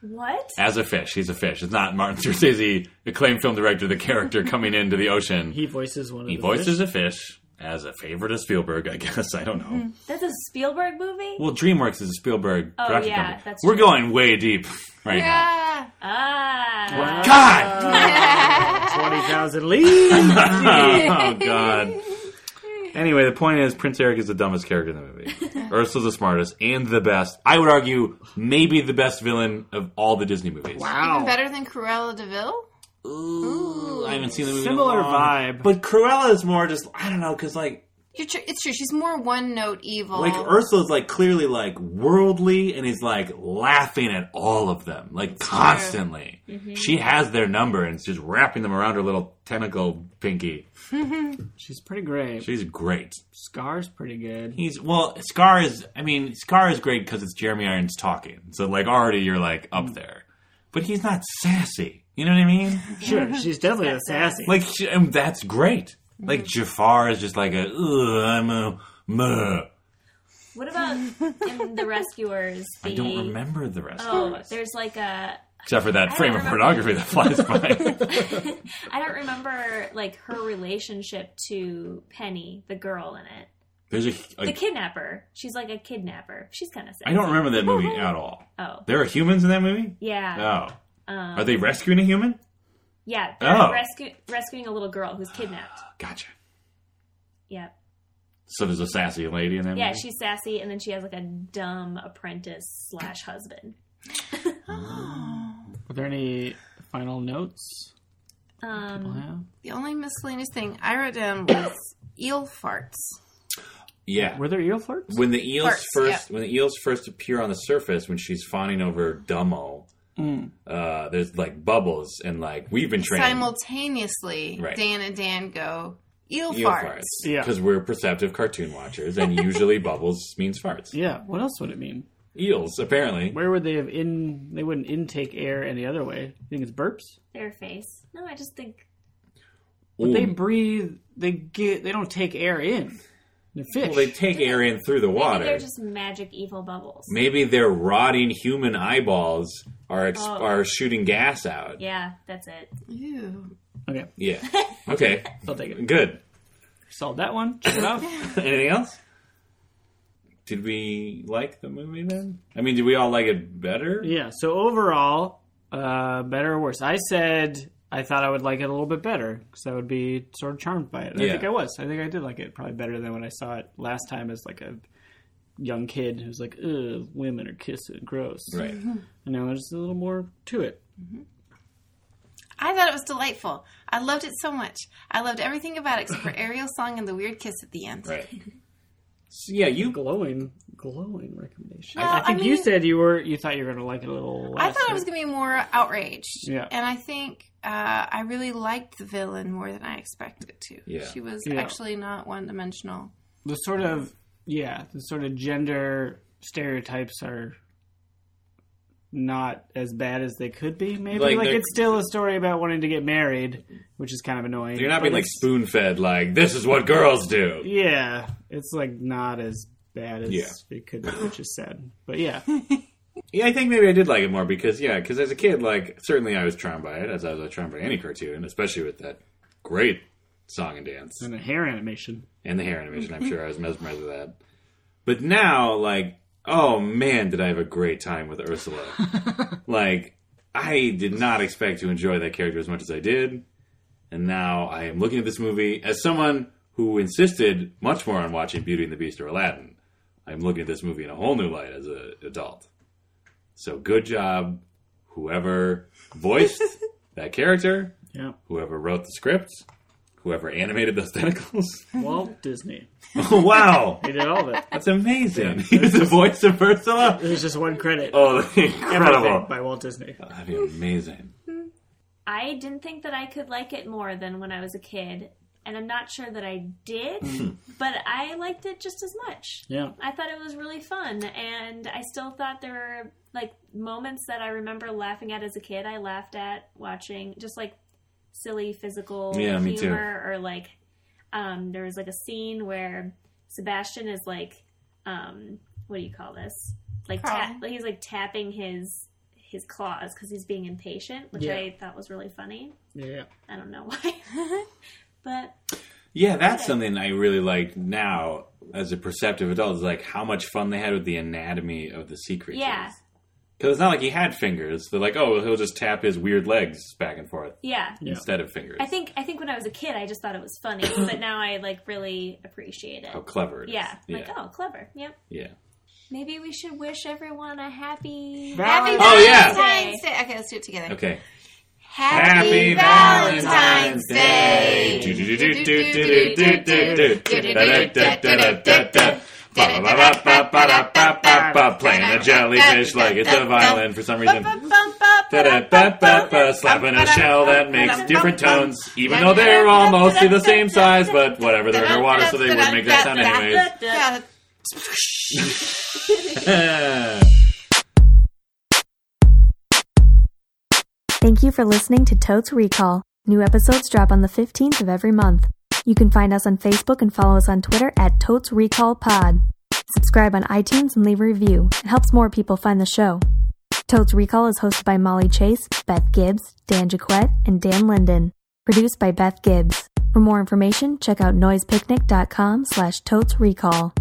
What? As a fish, he's a fish. It's not Martin Scorsese, acclaimed film director, the character coming into the ocean. He voices one of He the voices fish. a fish as a favorite of Spielberg, I guess. I don't know. That's a Spielberg movie? Well, DreamWorks is a Spielberg Hmm. Oh, production yeah, company. that's We're true. going way deep right Yeah. Ah. now. God! Twenty thousand leagues. oh, God. Anyway, the point is Prince Eric is the dumbest character in the movie. Ursula's the smartest and the best. I would argue maybe the best villain of all the Disney movies. Wow. Even better than Cruella DeVille? Ooh, I haven't seen the movie. in a Similar long- vibe. But Cruella is more just, I don't know, because like, You're tr- it's true. She's more one note evil. Like er- Ursula's like clearly like worldly and is like laughing at all of them like constantly. She has their number and is just wrapping them around her little tentacle pinky. She's pretty great. She's great. Scar's pretty good. He's well, Scar is. I mean, Scar is great because it's Jeremy Irons talking. So like already you're like up there, but he's not sassy. You know what I mean? Sure, she's definitely a sassy. Like she, and that's great. Like Jafar is just like a Ugh, I'm a. Meh. What about in The Rescuers? The, I don't remember the rest. of Oh, it. there's like a. Except for that don't frame of remember. pornography that flies by. I don't remember like her relationship to Penny, the girl in it, There's a. a the kidnapper. She's like a kidnapper. She's kind of. I don't remember that movie at all. Oh, There are humans in that movie. yeah, Um, Oh, are they rescuing a human? yeah. They're Oh. rescu- rescuing a little girl who's kidnapped. Gotcha. Yeah, So there's a sassy lady in that yeah. movie. She's sassy, and then she has like a dumb apprentice slash husband. Are there any final notes? Um, Wow. the only miscellaneous thing I wrote down was eel farts. Yeah. Were there eel flirts? When the eels Parts, first, when the eels first appear on the surface, when she's fawning over Dumbo, Mm. uh, there's like bubbles and like we've been trained Simultaneously, Right. Dan and Dan go eel, eel farts. farts Yeah. because we're perceptive cartoon watchers, and usually bubbles means farts. Yeah. What else would it mean? Eels apparently. Where would they have in? They wouldn't intake air any other way. You think it's burps? their face. No, I just think Ooh. They breathe. They get. They don't take air in. They fish. well, they take air in through the maybe water. they're just magic evil bubbles. Maybe their rotting human eyeballs are ex- Oh. are shooting gas out. Yeah, that's it. Ew. okay. Yeah. Okay. I'll take it. Good. Solved that one. Check it off. Anything else? Did we like the movie then? I mean, did we all like it better? Yeah. So overall, uh, better or worse? I said I thought I would like it a little bit better because I would be sort of charmed by it. And Yeah. I think I was. I think I did like it probably better than when I saw it last time as like a young kid who's like, "Ugh, women are kissing, gross." Right. And now there's a little more to it. I thought it was delightful. I loved it so much. I loved everything about it except for Ariel's song and the weird kiss at the end. Right. So, yeah, you. Glowing, glowing recommendation. Well, I, I think I you mean- said you were you thought you were going to like it a little. Less, I thought I was right? going to be more outraged. Yeah. And I think uh, I really liked the villain more than I expected to. Yeah. She was Yeah. actually not one dimensional. the sort of yeah, the sort of gender stereotypes are not as bad as they could be. Maybe Like, like, they're- it's still a story about wanting to get married, which is kind of annoying. You're not but being like it's- spoon fed, like, this is what girls do. yeah, it's like not as bad as Yeah. it could be, which is sad. But yeah, Yeah, I think maybe I did like it more because, yeah, because as a kid, like, certainly I was charmed by it, as I was charmed by any cartoon, especially with that great song and dance. and the hair animation. and the hair animation. I'm sure I was mesmerized with that. But now, like, oh man, did I have a great time with Ursula? like, I did not expect to enjoy that character as much as I did, and now I am looking at this movie as someone who insisted much more on watching Beauty and the Beast or Aladdin. I'm looking at this movie in a whole new light as an adult. So good job, whoever voiced that character, Yeah, whoever wrote the script, whoever animated those tentacles. Walt Disney. Oh, wow. He did all of it. That's amazing. He was the voice of Ursula? There's just one credit. Oh, Everything incredible. by Walt Disney. That'd be amazing. I didn't think that I could like it more than when I was a kid, and I'm not sure that I did, but I liked it just as much. Yeah. I thought it was really fun, and I still thought there were like moments that I remember laughing at as a kid. I laughed at watching just like silly physical Yeah, humor, me too. or like um, there was like a scene where Sebastian is like, um, what do you call this? Like ta- Crawling. like, he's like tapping his his claws because he's being impatient, which Yeah. I thought was really funny. Yeah. I don't know why, but Yeah, that's something I really like now as a perceptive adult is like how much fun they had with the anatomy of the sea creatures. Yeah. Because it's not like he had fingers. They're like, oh, he'll just tap his weird legs back and forth Yeah. Yeah. instead of fingers. I think I think when I was a kid, I just thought it was funny, but now I like really appreciate it. how clever it is. Yeah, Yeah. like oh, clever. Yep. yeah. Maybe we should wish everyone a happy. Happy Valentine's Oh, yeah. Valentine's Day. Okay, let's do it together. Okay. Happy, Valentine's Day. Playing a jellyfish like it's a violin for some reason. Da-da-ba-ba-ba, Slapping a shell that makes different tones, even though they're all mostly the same size, but whatever, they're underwater, so they wouldn't make that sound anyways. Thank you for listening to Totes Recall. New episodes drop on the 15th of every month. You can find us on Facebook and follow us on Twitter at Totes Recall Pod. Subscribe on iTunes and leave a review. It helps more people find the show. Totes Recall is hosted by Molly Chase, Beth Gibbs, Dan Jaquette, and Dan Linden. Produced by Beth Gibbs. For more information, check out noisepicnic.com slash totes recall.